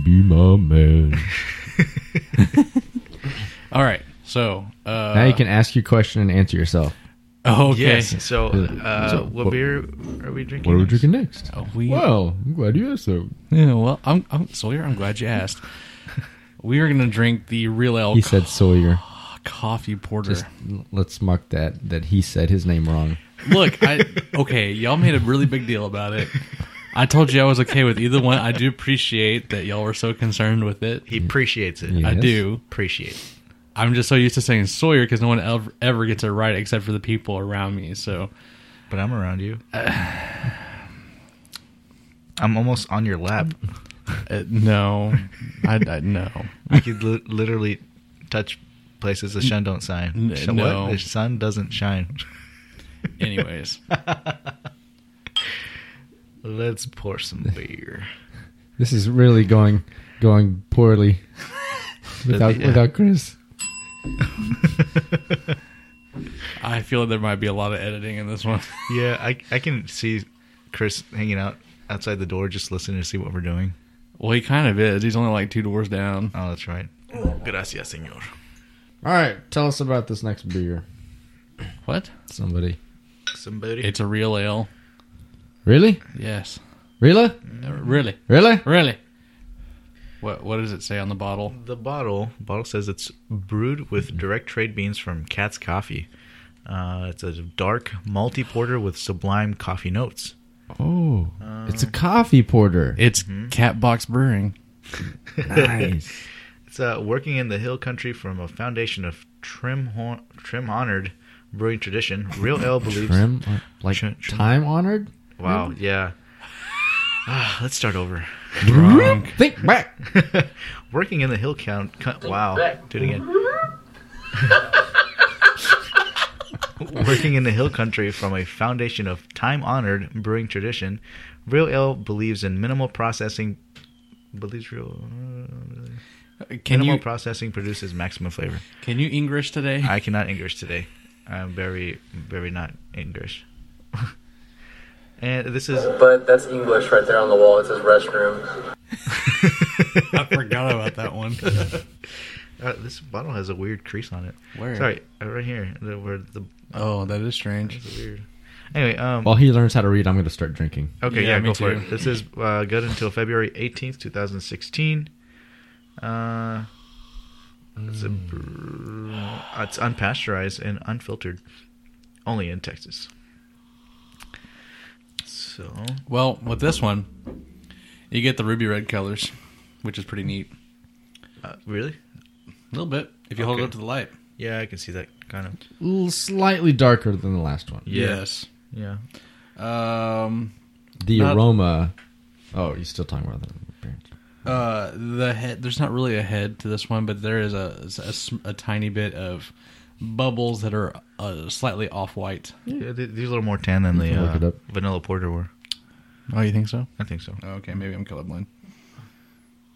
be my man. All right, so uh, Now you can ask your question and answer yourself. <laughs> Okay, Yes. So, uh, So, what, what- beer are we drinking? What are we next? drinking next? Uh, we Well, I'm glad you asked that. yeah, well, I'm, I'm Sawyer. I'm glad <laughs> you asked. We are gonna drink the real ale He said Sawyer. coffee porter. Just l- let's mark that that he said his name wrong. Look, I okay, y'all made a really big deal about it. I told you I was okay with either one. I do appreciate that y'all were so concerned with it. He appreciates it. Yeah. I Yes. do. Appreciate. I'm just so used to saying Sawyer because no one ever, ever gets it right except for the people around me. So But I'm around you. I'm almost on your lap. uh, no, I, I no. I could li- literally touch places the sun don't shine. N- So no. What? The sun doesn't shine. Anyways, <laughs> Let's pour some <laughs> beer. This is really going going <laughs> poorly without Yeah. without Chris. I feel there might be a lot of editing in this one. <laughs> Yeah, I I can see Chris hanging out outside the door, just listening to see what we're doing. Well, he kind of is. He's only like two doors down. Oh, that's right. Gracias, señor. All right, tell us about this next beer. What? Somebody. Somebody. It's a real ale. Really? Yes, Really? Uh, really, Really? really. What What does it say on the bottle? The bottle bottle says it's brewed with direct trade beans from Cat's Coffee. Uh, it's a dark malty porter with sublime coffee notes. Oh, Uh. it's a coffee porter. It's Catbox Brewing. <laughs> nice. It's uh, working in the hill country from a foundation of trim hon- trim honored brewing tradition, Real Ale believes. Trim, uh, like Trim- trim. time honored. Wow, yeah. Ah, let's start over. Think back. Working in the hill count. co- wow. Do it again. <laughs> Working in the hill country from a foundation of time honored brewing tradition, Real Ale believes in minimal processing. Believes real. Uh, Can minimal you processing produces maximum flavor. can you English today? I cannot English today. I'm very, very not English. <laughs> and this is. But that's English right there on the wall. It says restroom. I forgot about that one. <laughs> Uh, this bottle has a weird crease on it. Where? Sorry, uh, right here. The, where the Oh, that is strange. it's weird. Anyway, um, While he learns how to read, I'm going to start drinking. okay, yeah, yeah, me go for too. it. This is uh, good until February eighteenth, two thousand sixteen. Uh, it's, a, br- uh, it's unpasteurized and unfiltered, only in Texas. So Well, with this one, you get the ruby red colors, which is pretty neat. uh, really, A little bit if you hold it Okay. up to the light. yeah, I can see that kind of. A little slightly darker than the last one. Yeah. Yeah, Um. The Not- aroma. Oh, you're still talking about that. appearance. Uh. The head. There's not really a head to this one, but there is a a, sm- a tiny bit of bubbles that are uh, slightly off white. yeah th- these are a little more tan than the can look it uh, up. vanilla porter were. Oh, you think so? I think so. Okay, maybe I'm colorblind.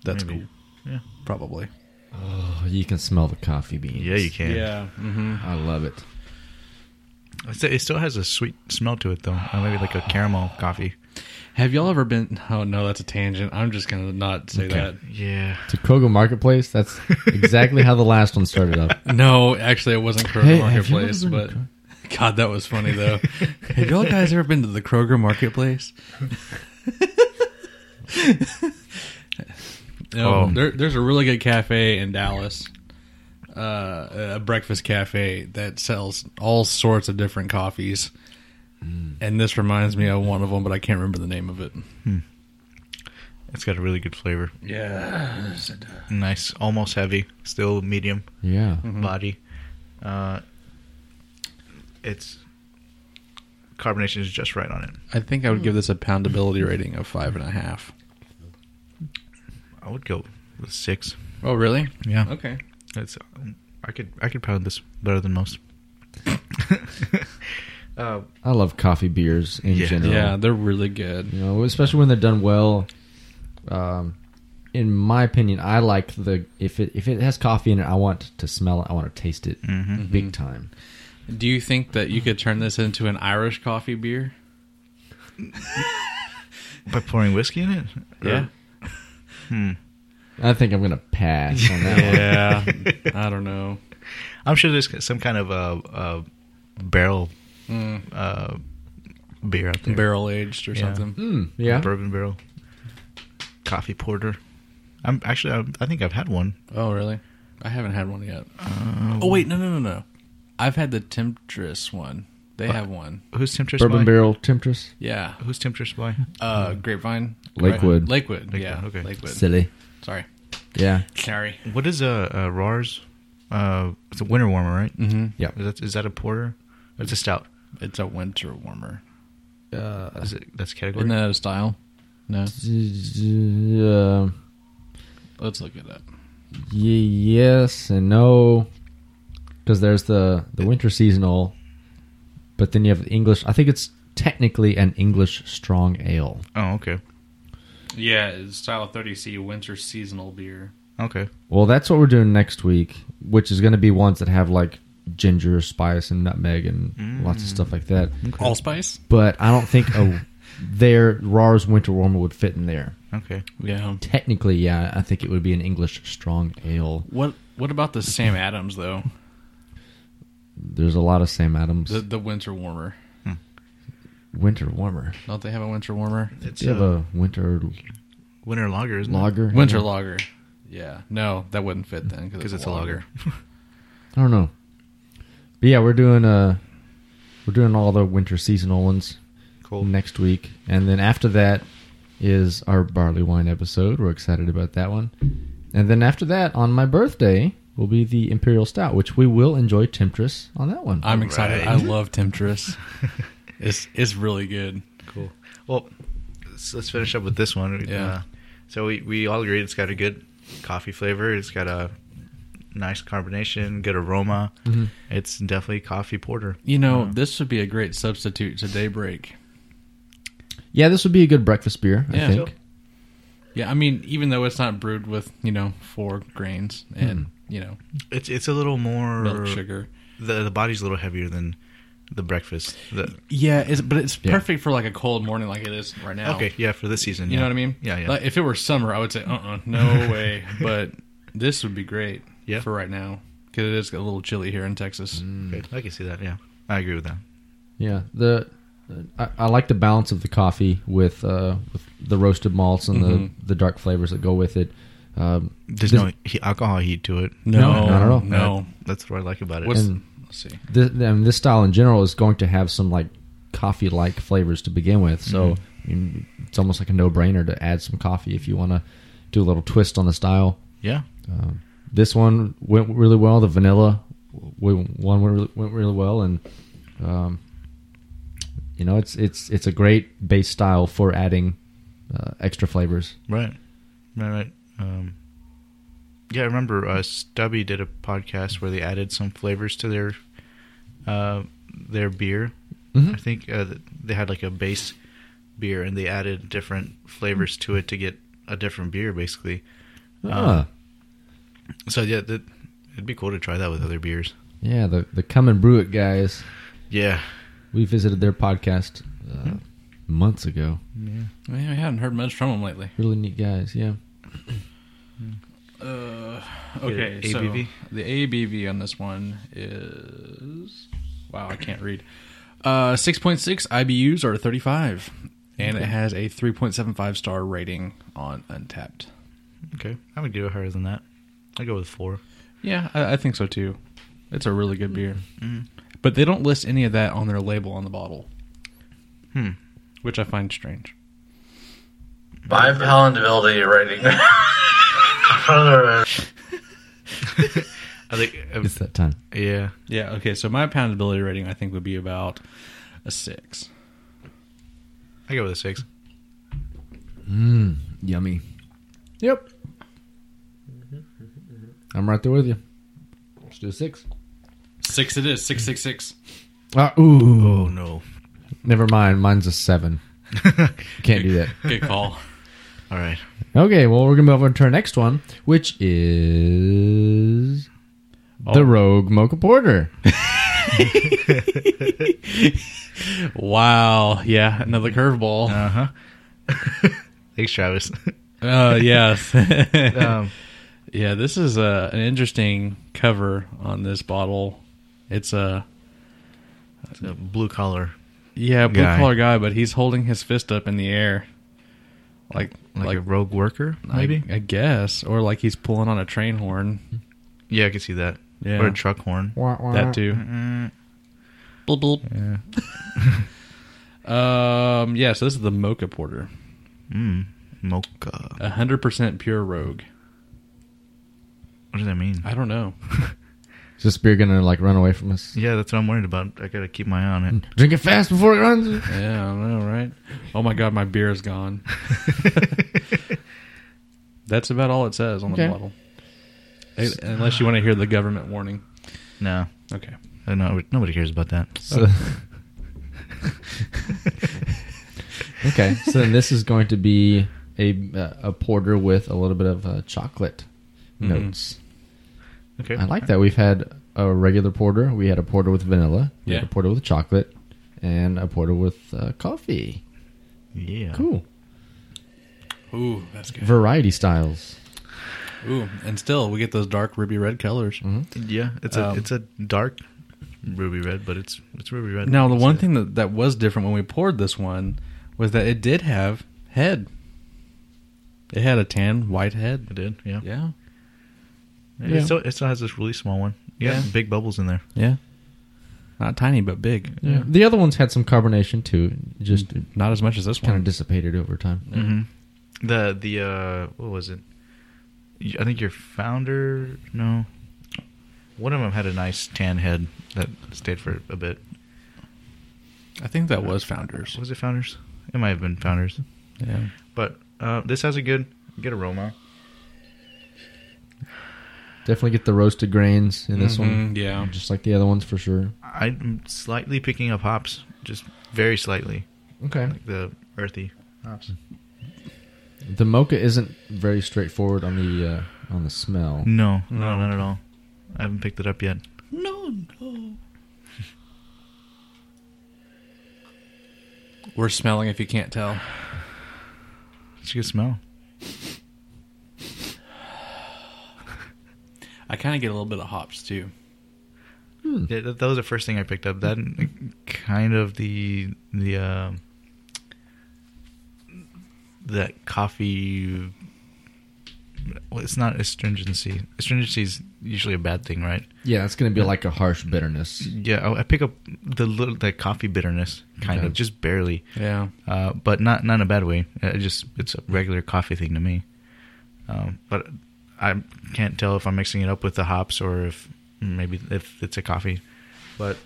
That's Maybe. cool. Yeah. Probably. Oh, you can smell the coffee beans. Yeah, you can. Mm-hmm. I love it. It's- It still has a sweet smell to it, though. Or maybe like a caramel coffee. Have y'all ever been? Oh no, that's a tangent. I'm just gonna not say Yeah. To Kogo Marketplace, that's exactly how the last one <laughs> started up. that. No, actually, it wasn't Kroger Hey, have you Marketplace, ever been but to God, that was funny though. <laughs> have y'all guys ever been to the Kroger Marketplace? <laughs> no, Oh. there, there's a really good cafe in Dallas, uh, a breakfast cafe that sells all sorts of different coffees. And this reminds me of one of them, but I can't remember the name of it. It's got a really good flavor. Yeah, Nice. Almost heavy. Still medium Yeah. body. Uh, it's. Carbonation is just right on it. I think I would give this a poundability rating of five and a half. I would go with six. Oh, really? Yeah. Okay. It's um, I could I could pound this better than <laughs> most. Mm-hmm. uh, I love coffee beers in Yeah. general. Yeah, they're really good. You know, especially when they're done well. Um, in my opinion, I like the if it if it has coffee in it, I want to smell it. I want to taste it big time. Do you think that you could turn this into an Irish coffee beer? by pouring whiskey in it. I think I'm gonna pass on <laughs> that. one. Yeah. I don't know. I'm sure there's some kind of uh, uh, barrel Mm. uh, beer out there. Barrel aged or Yeah. something. Mm, yeah. Bourbon barrel. Coffee porter. I'm actually. I'm, I think I've had one. Oh, really? I haven't had one yet. oh wait, no, no, no, no. I've had the Temptress one. They have one. Who's Temptress Bourbon by? barrel temptress. Yeah. Who's Temptress by? Uh, Grapevine. Lakewood. Lakewood. Yeah. Lakewood, okay. Lakewood. Silly. Sorry. Yeah. Sorry. What is a, uh Rars? Uh, it's a winter warmer, right? Mm-hmm. Yeah. Is that is that a porter? It's a stout. It's a winter warmer. Uh, Is it that's category? Isn't that a style? No. uh, Let's look it up. y- yes and no, because there's the the winter seasonal, but then you have English. I think it's technically an English strong ale. Oh, okay, Yeah, it's style 30C winter seasonal beer. okay. Well, that's what we're doing next week, which is going to be ones that have like ginger, spice, and nutmeg, and Mm. lots of stuff like that. Allspice? But I don't think <laughs> a, their Rar's Winter Warmer would fit in there. Okay. Yeah. Technically, yeah, I think it would be an English strong ale. What what about the Sam Adams though? There's a lot of Sam Adams The the winter warmer. Winter Warmer. Don't they have a winter warmer? It's Do you have a a winter winter lager, isn't it? lager? Winter Yeah. lager. Yeah. No, that wouldn't fit then because 'Cause it's a <laughs> lager. I don't know. But yeah, we're doing uh we're doing all the winter seasonal ones Cool. next week, and then after that is our barley wine episode. We're excited about that one, and then after that on my birthday, will be the Imperial Stout, which we will enjoy Temptress on that one. I'm excited. Right. I love <laughs> Temptress. it's it's really good. Cool. Well, let's, let's finish up with this one. Yeah. Uh, so we, we all agreed it's got a good coffee flavor. It's got a nice carbonation, good aroma. Mm-hmm. It's definitely coffee porter. You know, this would be a great substitute to Daybreak. yeah, this would be a good breakfast beer, I Yeah. think. Sure. Yeah, I mean, even though it's not brewed with you know four grains and you know It's it's a little more milk sugar. The the body's a little heavier than the breakfast. The, Yeah, it's, but it's Yeah. perfect for like a cold morning like it is right now. okay, yeah, for this season. You yeah. know what I mean? Yeah, yeah. Like, if it were summer, I would say, uh, uh <laughs> no way. But this would be great. Yeah. Mm. For right now, because it is a little chilly here in Texas. Good. I can see that. Yeah, I agree with that. Yeah, the I, I like the balance of the coffee with uh, with the roasted malts and Mm-hmm. the, the dark flavors that go with it. Um, There's This- no he- alcohol heat to it. No, not at all. No. That's what I like about it. What's, And- let's see. this, and this style in general is going to have some like coffee like flavors to begin with. So I mean, it's almost like a no brainer to add some coffee if you want to do a little twist on the style. yeah, Um, this one went really well. The vanilla w- one went really, went really well, and um, you know it's it's it's a great base style for adding uh, extra flavors. right, right, right. Um, yeah, I remember uh, Stubby did a podcast where they added some flavors to their uh, their beer. Mhm. I think uh, th- they had like a base beer and they added different flavors to it to get a different beer, basically. Ah, So yeah, that, it'd be cool to try that with other beers. yeah, the the come and brew it guys. Yeah, We visited their podcast uh, months ago. I mean, I haven't heard much from them lately. Really neat guys. Yeah. Uh, okay, Yeah, so ABV? the ABV on this one is wow, I can't read. Uh, six point six IBUs or thirty five, and it has a three point seven five star rating on Untapped. okay, I would give it higher than that. I go with <laughs> four. Yeah, I, I think so too. It's a really good beer, but they don't list any of that on their label on the bottle, Hmm. which I find strange. My palatability rating. <laughs> I think uh, It's that time. yeah. Yeah. Okay. So my poundability rating, I think, would be about a six. I go with a six. Mmm, Yummy. Yep. mm-hmm. I'm right there with you. Let's do a six. Six it is. Six six six. Ah, ooh. Oh no! Never mind. Mine's a seven. Can't do <laughs> that. <laughs> Good call. <laughs> All <laughs> right. Okay, well, we're going to move on to our next one, which is the Rogue Mocha Porter. Wow. Yeah. Another curveball. Uh huh. <laughs> Thanks, Travis. Oh, yes. <laughs> <laughs> Um, yeah. This is uh, an interesting cover on this bottle. It's uh, a it's a blue collar, yeah blue Guy. collar guy, but he's holding his fist up in the air, like like, like, a rogue worker, maybe. maybe I, guess, or like he's pulling on a train horn. yeah, Mm, I can see that. Yeah. Or a truck horn. That too. Bloop, bloop. <laughs> um. Yeah. So this is the Mocha Porter, Mm, mocha. hundred percent pure rogue. What does that mean? I don't know. Is this beer going to, like, run away from <laughs> us? Yeah, that's what I'm worried about. I gotta keep my eye on it. Drink it fast before it <laughs> runs. Yeah, I know, right? Oh my god, my beer is gone. That's about all it says on Okay. the bottle. Eh, Unless you want to hear the government warning. <laughs> no, Okay. I know nobody cares about that. So- <laughs> okay, so then this is going to be a, uh, a porter with a little bit of uh, chocolate notes. Okay. I like that. We've had a regular porter. We had a porter with vanilla. We had Yeah. a porter with chocolate, and a porter with uh, coffee. Yeah. Cool Ooh, that's good. variety styles. Ooh, and still we get those dark ruby red colors. Yeah, it's a Um, it's a dark ruby red, but it's it's ruby red. Now, the It's one a- thing that, that was different when we poured this one was that it did have head. It had a tan white head. it did. Yeah. Yeah. It still it still has this really small one. Yeah. Yeah. Big bubbles in there. Yeah. Not tiny but big. Yeah. The other ones had some carbonation too. It Just Not as much as this kind one. of dissipated over time. The the uh what was it? Y- I think your founder no One of them had a nice tan head that stayed for a bit. I think that was Founders. Was it Founders? It might have been Founders. Yeah. But uh, this has a good good aroma. Definitely get the roasted grains in this one. Mhm, yeah. Just like the other ones for sure. I'm slightly picking up hops, just very slightly, Okay. like the earthy hops. The mocha isn't very straightforward on the uh, on the smell. No, no, not at all. I haven't picked it up yet. We're smelling if you can't tell. It's a good smell. I kind of get a little bit of hops too. Mm. Yeah, that, that was the first thing I picked up. That and kind of the the uh, that coffee. Well, it's not astringency. Astringency is usually a bad thing, right? Yeah, it's gonna be like a harsh bitterness. Yeah, I, I pick up the little that coffee bitterness, kind of Okay. just barely, Yeah. uh, but not not in a bad way. Uh, It just it's a regular coffee thing to me. Um, but I can't tell if I'm mixing it up with the hops or if maybe if it's a coffee. But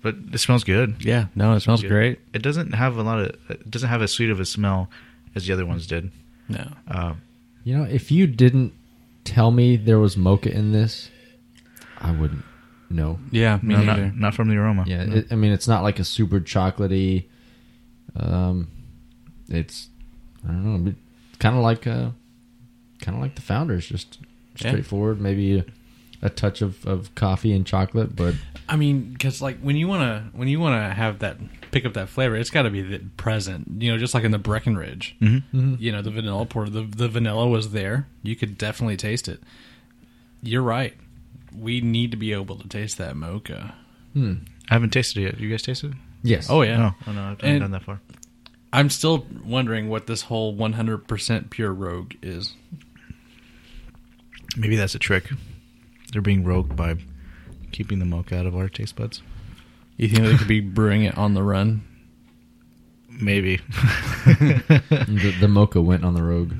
but it smells good. Yeah. No, it smells Good. great. It doesn't have a lot of. It doesn't have as sweet of a smell as the other ones did. No. Uh, You know, if you didn't tell me there was mocha in this, I wouldn't know. Yeah. Me no, neither. not, not from the aroma. Yeah, No. it, I mean, it's not like a super chocolatey. Um, it's I don't know, kind of like uh, kind of like the founders, just Yeah. straightforward. Maybe a, a touch of, of coffee and chocolate, but I mean, because like when you wanna when you wanna have that pick up that flavor, it's got to be the present. You know, just like in the Breckenridge. Mm-hmm. You know, the vanilla porter, the the vanilla was there. You could definitely taste it. You're right. We need to be able to taste that mocha. I haven't tasted it yet. You guys tasted it? hmm, yes. Oh yeah. No, oh, no, I haven't And- done that far. I'm still wondering what this whole 100% pure rogue is. Maybe that's a trick. They're being rogue by keeping the mocha out of our taste buds. You think they could <laughs> be brewing it on the run? Maybe. <laughs> the, the mocha went on the rogue.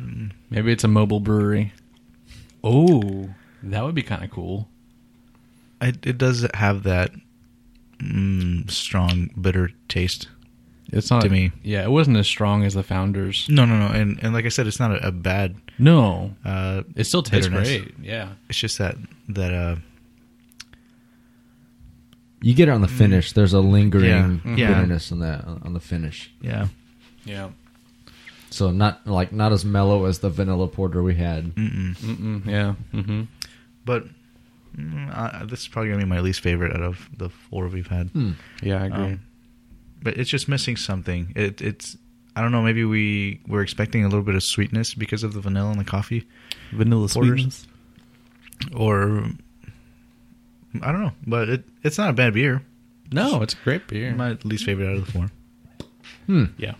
Maybe it's a mobile brewery. Oh, that would be kind of cool. It, it does have that mm, strong bitter taste. It's not To me. Yeah, it wasn't as strong as the founders. No, no, no. And and like I said, it's not a, a bad. No, Uh, it still tastes Bitterness. great. Yeah, it's just that that uh, You get it on the finish. There's a lingering Yeah. Yeah. bitterness on that on the finish. yeah. yeah, So not like not as mellow as the vanilla porter we had. Mm-mm, yeah. Mm-hmm. But mm, I, this is probably gonna be my least favorite out of the four we've had. Yeah, I Um, but it's just missing something. It, it's I don't know. Maybe we were expecting a little bit of sweetness because of the vanilla and the coffee, Vanilla sweetness. or I don't know. But it it's not a bad beer. No, it's a great beer. My least favorite out of the four. Hmm. yeah.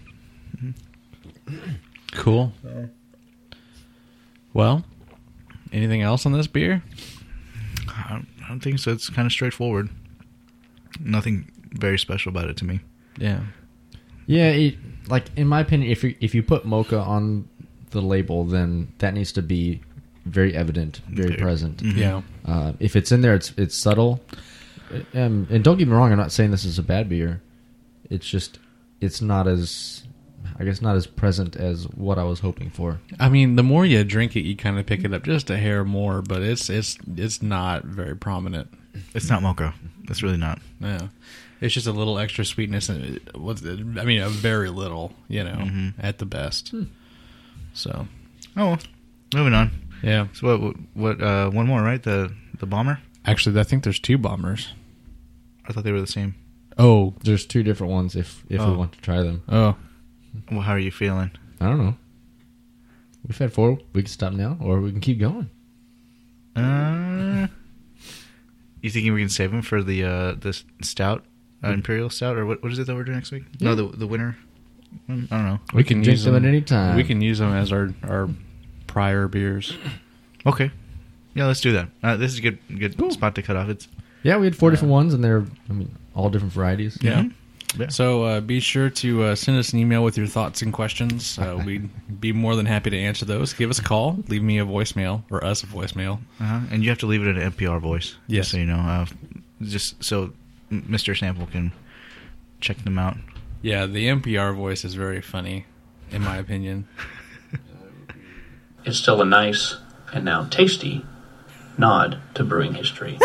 Cool. Well, anything else on this beer? I don't, I don't think so. It's kind of straightforward. Nothing very special about it to me. Yeah. Yeah, it, like in my opinion, if you if you put mocha on the label, then that needs to be very evident, very Very- present. Mm-hmm. Yeah. Uh, if it's in there, it's it's subtle. Um, and don't get me wrong, I'm not saying this is a bad beer. It's just it's not as I guess not as present as what I was hoping for. I mean, the more you drink it, you kind of pick it up just a hair more, but it's it's it's not very prominent. It's not mocha. It's really not. Yeah, it's just a little extra sweetness, and it, what's the- I mean, a very little, you know, at the best. So Oh, well. moving on. yeah, So what? What? Uh, one more, right? The the bomber. actually, I think there's two bombers. I thought they were the same. Oh, There's two different ones if if Oh. we want to try them. oh, Well, how are you feeling? I don't know. We've had four. We can stop now, or we can keep going. Uh, you thinking we can save them for the uh, the stout, uh, imperial stout, or what? What is it that we're doing next week? No, the the winter. one? I don't know. we, can drink use them at any time. We can use them as our our prior beers. Okay. Yeah, let's do that. Uh, this is a good good spot to cut off. It's Yeah, we had four different ones, and they're I mean all different varieties. Yeah. Mhm. Yeah. So uh, be sure to uh, send us an email with your thoughts and questions. Uh, we'd be more than happy to answer those. Give us a call. Leave me a voicemail or us a voicemail. Uh-huh. And you have to leave it in an NPR voice. just Yes. So you know, uh, just so M- Mr. Sample can check them out. Yeah, the NPR voice is very funny, in my opinion. It's still a nice and now tasty nod to brewing history.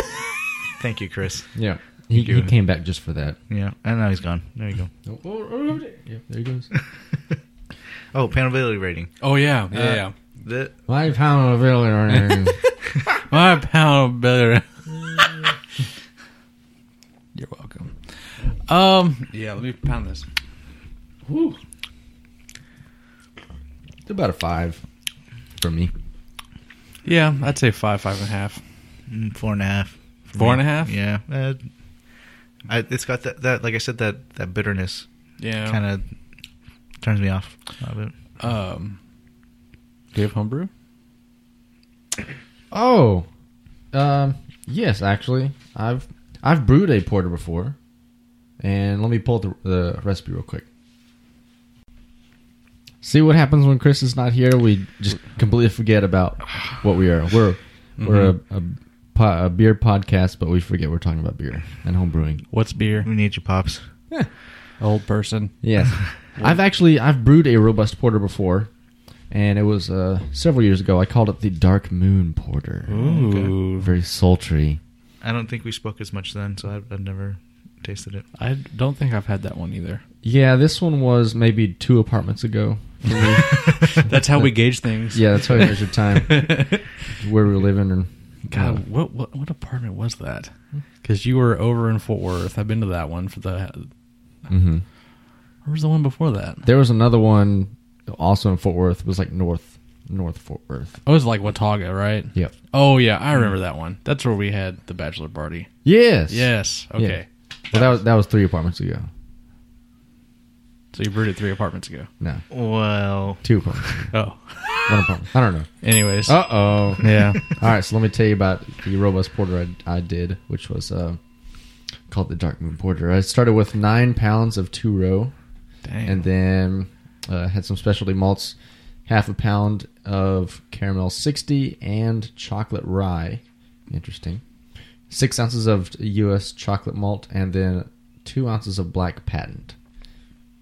Thank you, Chris. Yeah. He, do he it. came back just for that. Yeah. And now he's gone. There you go. Oh, Yeah, there he <laughs> goes. Oh, panelability rating. Oh yeah, yeah. yeah. The, My pound of villain. <laughs> My pound of better. <laughs> You're welcome. Um, yeah, let me pound this. It's about a five for me. Yeah, I'd say five, five and a half. mm, four and a half. for Four me. and a half? Yeah. Uh, I, it's got that, that, like I said, that, that bitterness Yeah. kind of turns me off a little bit. Um, do you have homebrew? Oh, um, yes, actually, I've I've brewed a porter before, and let me pull the, the recipe real quick. See what happens when Chris is not here. We just completely forget about what we are. We're we're a, a, po- a beer podcast, but we forget we're talking about beer and home brewing. What's beer? We need you, Pops. Old person. Yes, <laughs> I've actually I've brewed a robust porter before, and it was uh, several years ago. I called it the Dark Moon Porter. Ooh. Very sultry. I don't think we spoke as much then, so I've, I've never tasted it. I don't think I've had that one either. <laughs> Yeah, this one was maybe two apartments ago. <laughs> That's how we gauge things. Yeah, that's how I measured time, where we were living. And <laughs> God, what what what apartment was that? Because you were over in Fort Worth. I've been to that one for the. Mhm. Where was the one before that? there was another one also in Fort Worth. It was like north, north Fort Worth. Oh, it was like Watauga, right? Yep. Oh yeah, I remember that one. That's where we had the bachelor party. Yes. Yes. Okay. Well, that was that was three apartments ago. So you brewed it three apartments ago. No, Well, two apartments. ago. Oh. One apartment. I don't know. Anyways. Uh oh. <laughs> Yeah. All right, so let me tell you about the robust porter I, I did, which was uh, called the Dark Moon Porter. I started with nine pounds of two row, Dang. and then uh, had some specialty malts, half a pound of caramel sixty, and chocolate rye. Interesting. Six ounces of U.S. chocolate malt, and then two ounces of black patent.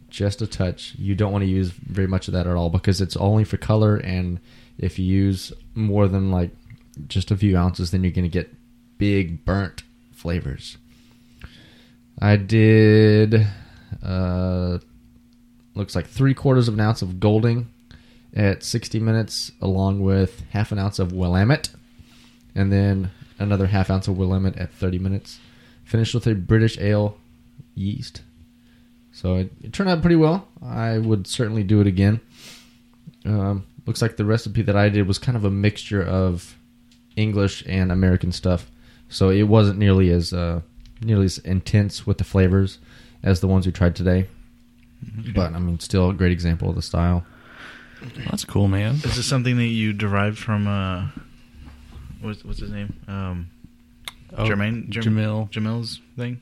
Just a touch. You don't want to use very much of that at all because it's only for color, and if you use more than like just a few ounces, then you're going to get big burnt flavors. I did uh, looks like three quarters of an ounce of Golding at 60 minutes, along with half an ounce of Willamette, and then another half ounce of Willamette at 30 minutes. Finished with a British ale yeast. So it, it turned out pretty well. I would certainly do it again. Um, looks like the recipe that I did was kind of a mixture of English and American stuff, so it wasn't nearly as uh, nearly as intense with the flavors as the ones we tried today. But I mean, still a great example of the style. That's cool, man. is this something that you derived from? Uh, what's what's his name? Um, Oh, Jermaine Jerm- Jamil. Jamil's thing.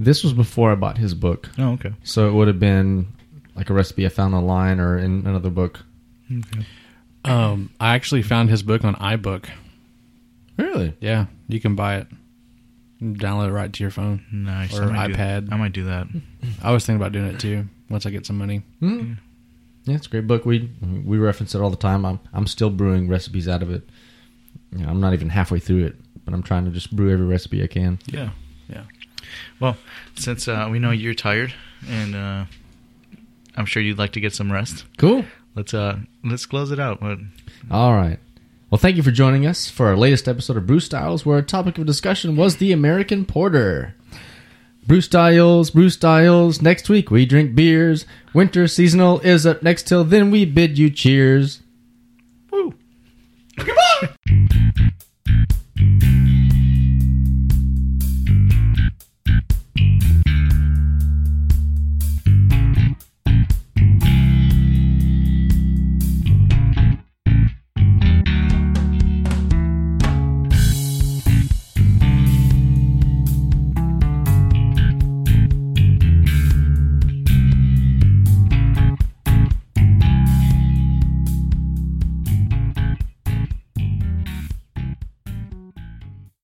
This was before I bought his book, Oh, okay. so it would have been like a recipe I found online or in another book. Um, I actually found his book on iBook. Really? Yeah, you can buy it. Download it right to your phone. Nice. Or I might do- iPad. I might do that. I was thinking about doing it too once I get some money. Mm-hmm. Yeah, it's a great book. We we reference it all the time. I'm I'm still brewing recipes out of it. You know, I'm not even halfway through it, but I'm trying to just brew every recipe I can. Yeah. Yeah. Well, since uh, we know you're tired, and uh, I'm sure you'd like to get some rest, Cool. let's uh, let's close it out. But All right. Well, thank you for joining us for our latest episode of Brew Styles, where our topic of discussion was the American Porter. Brew Styles, Brew Styles. Next week we drink beers. Winter seasonal is up next. Till then, we bid you cheers.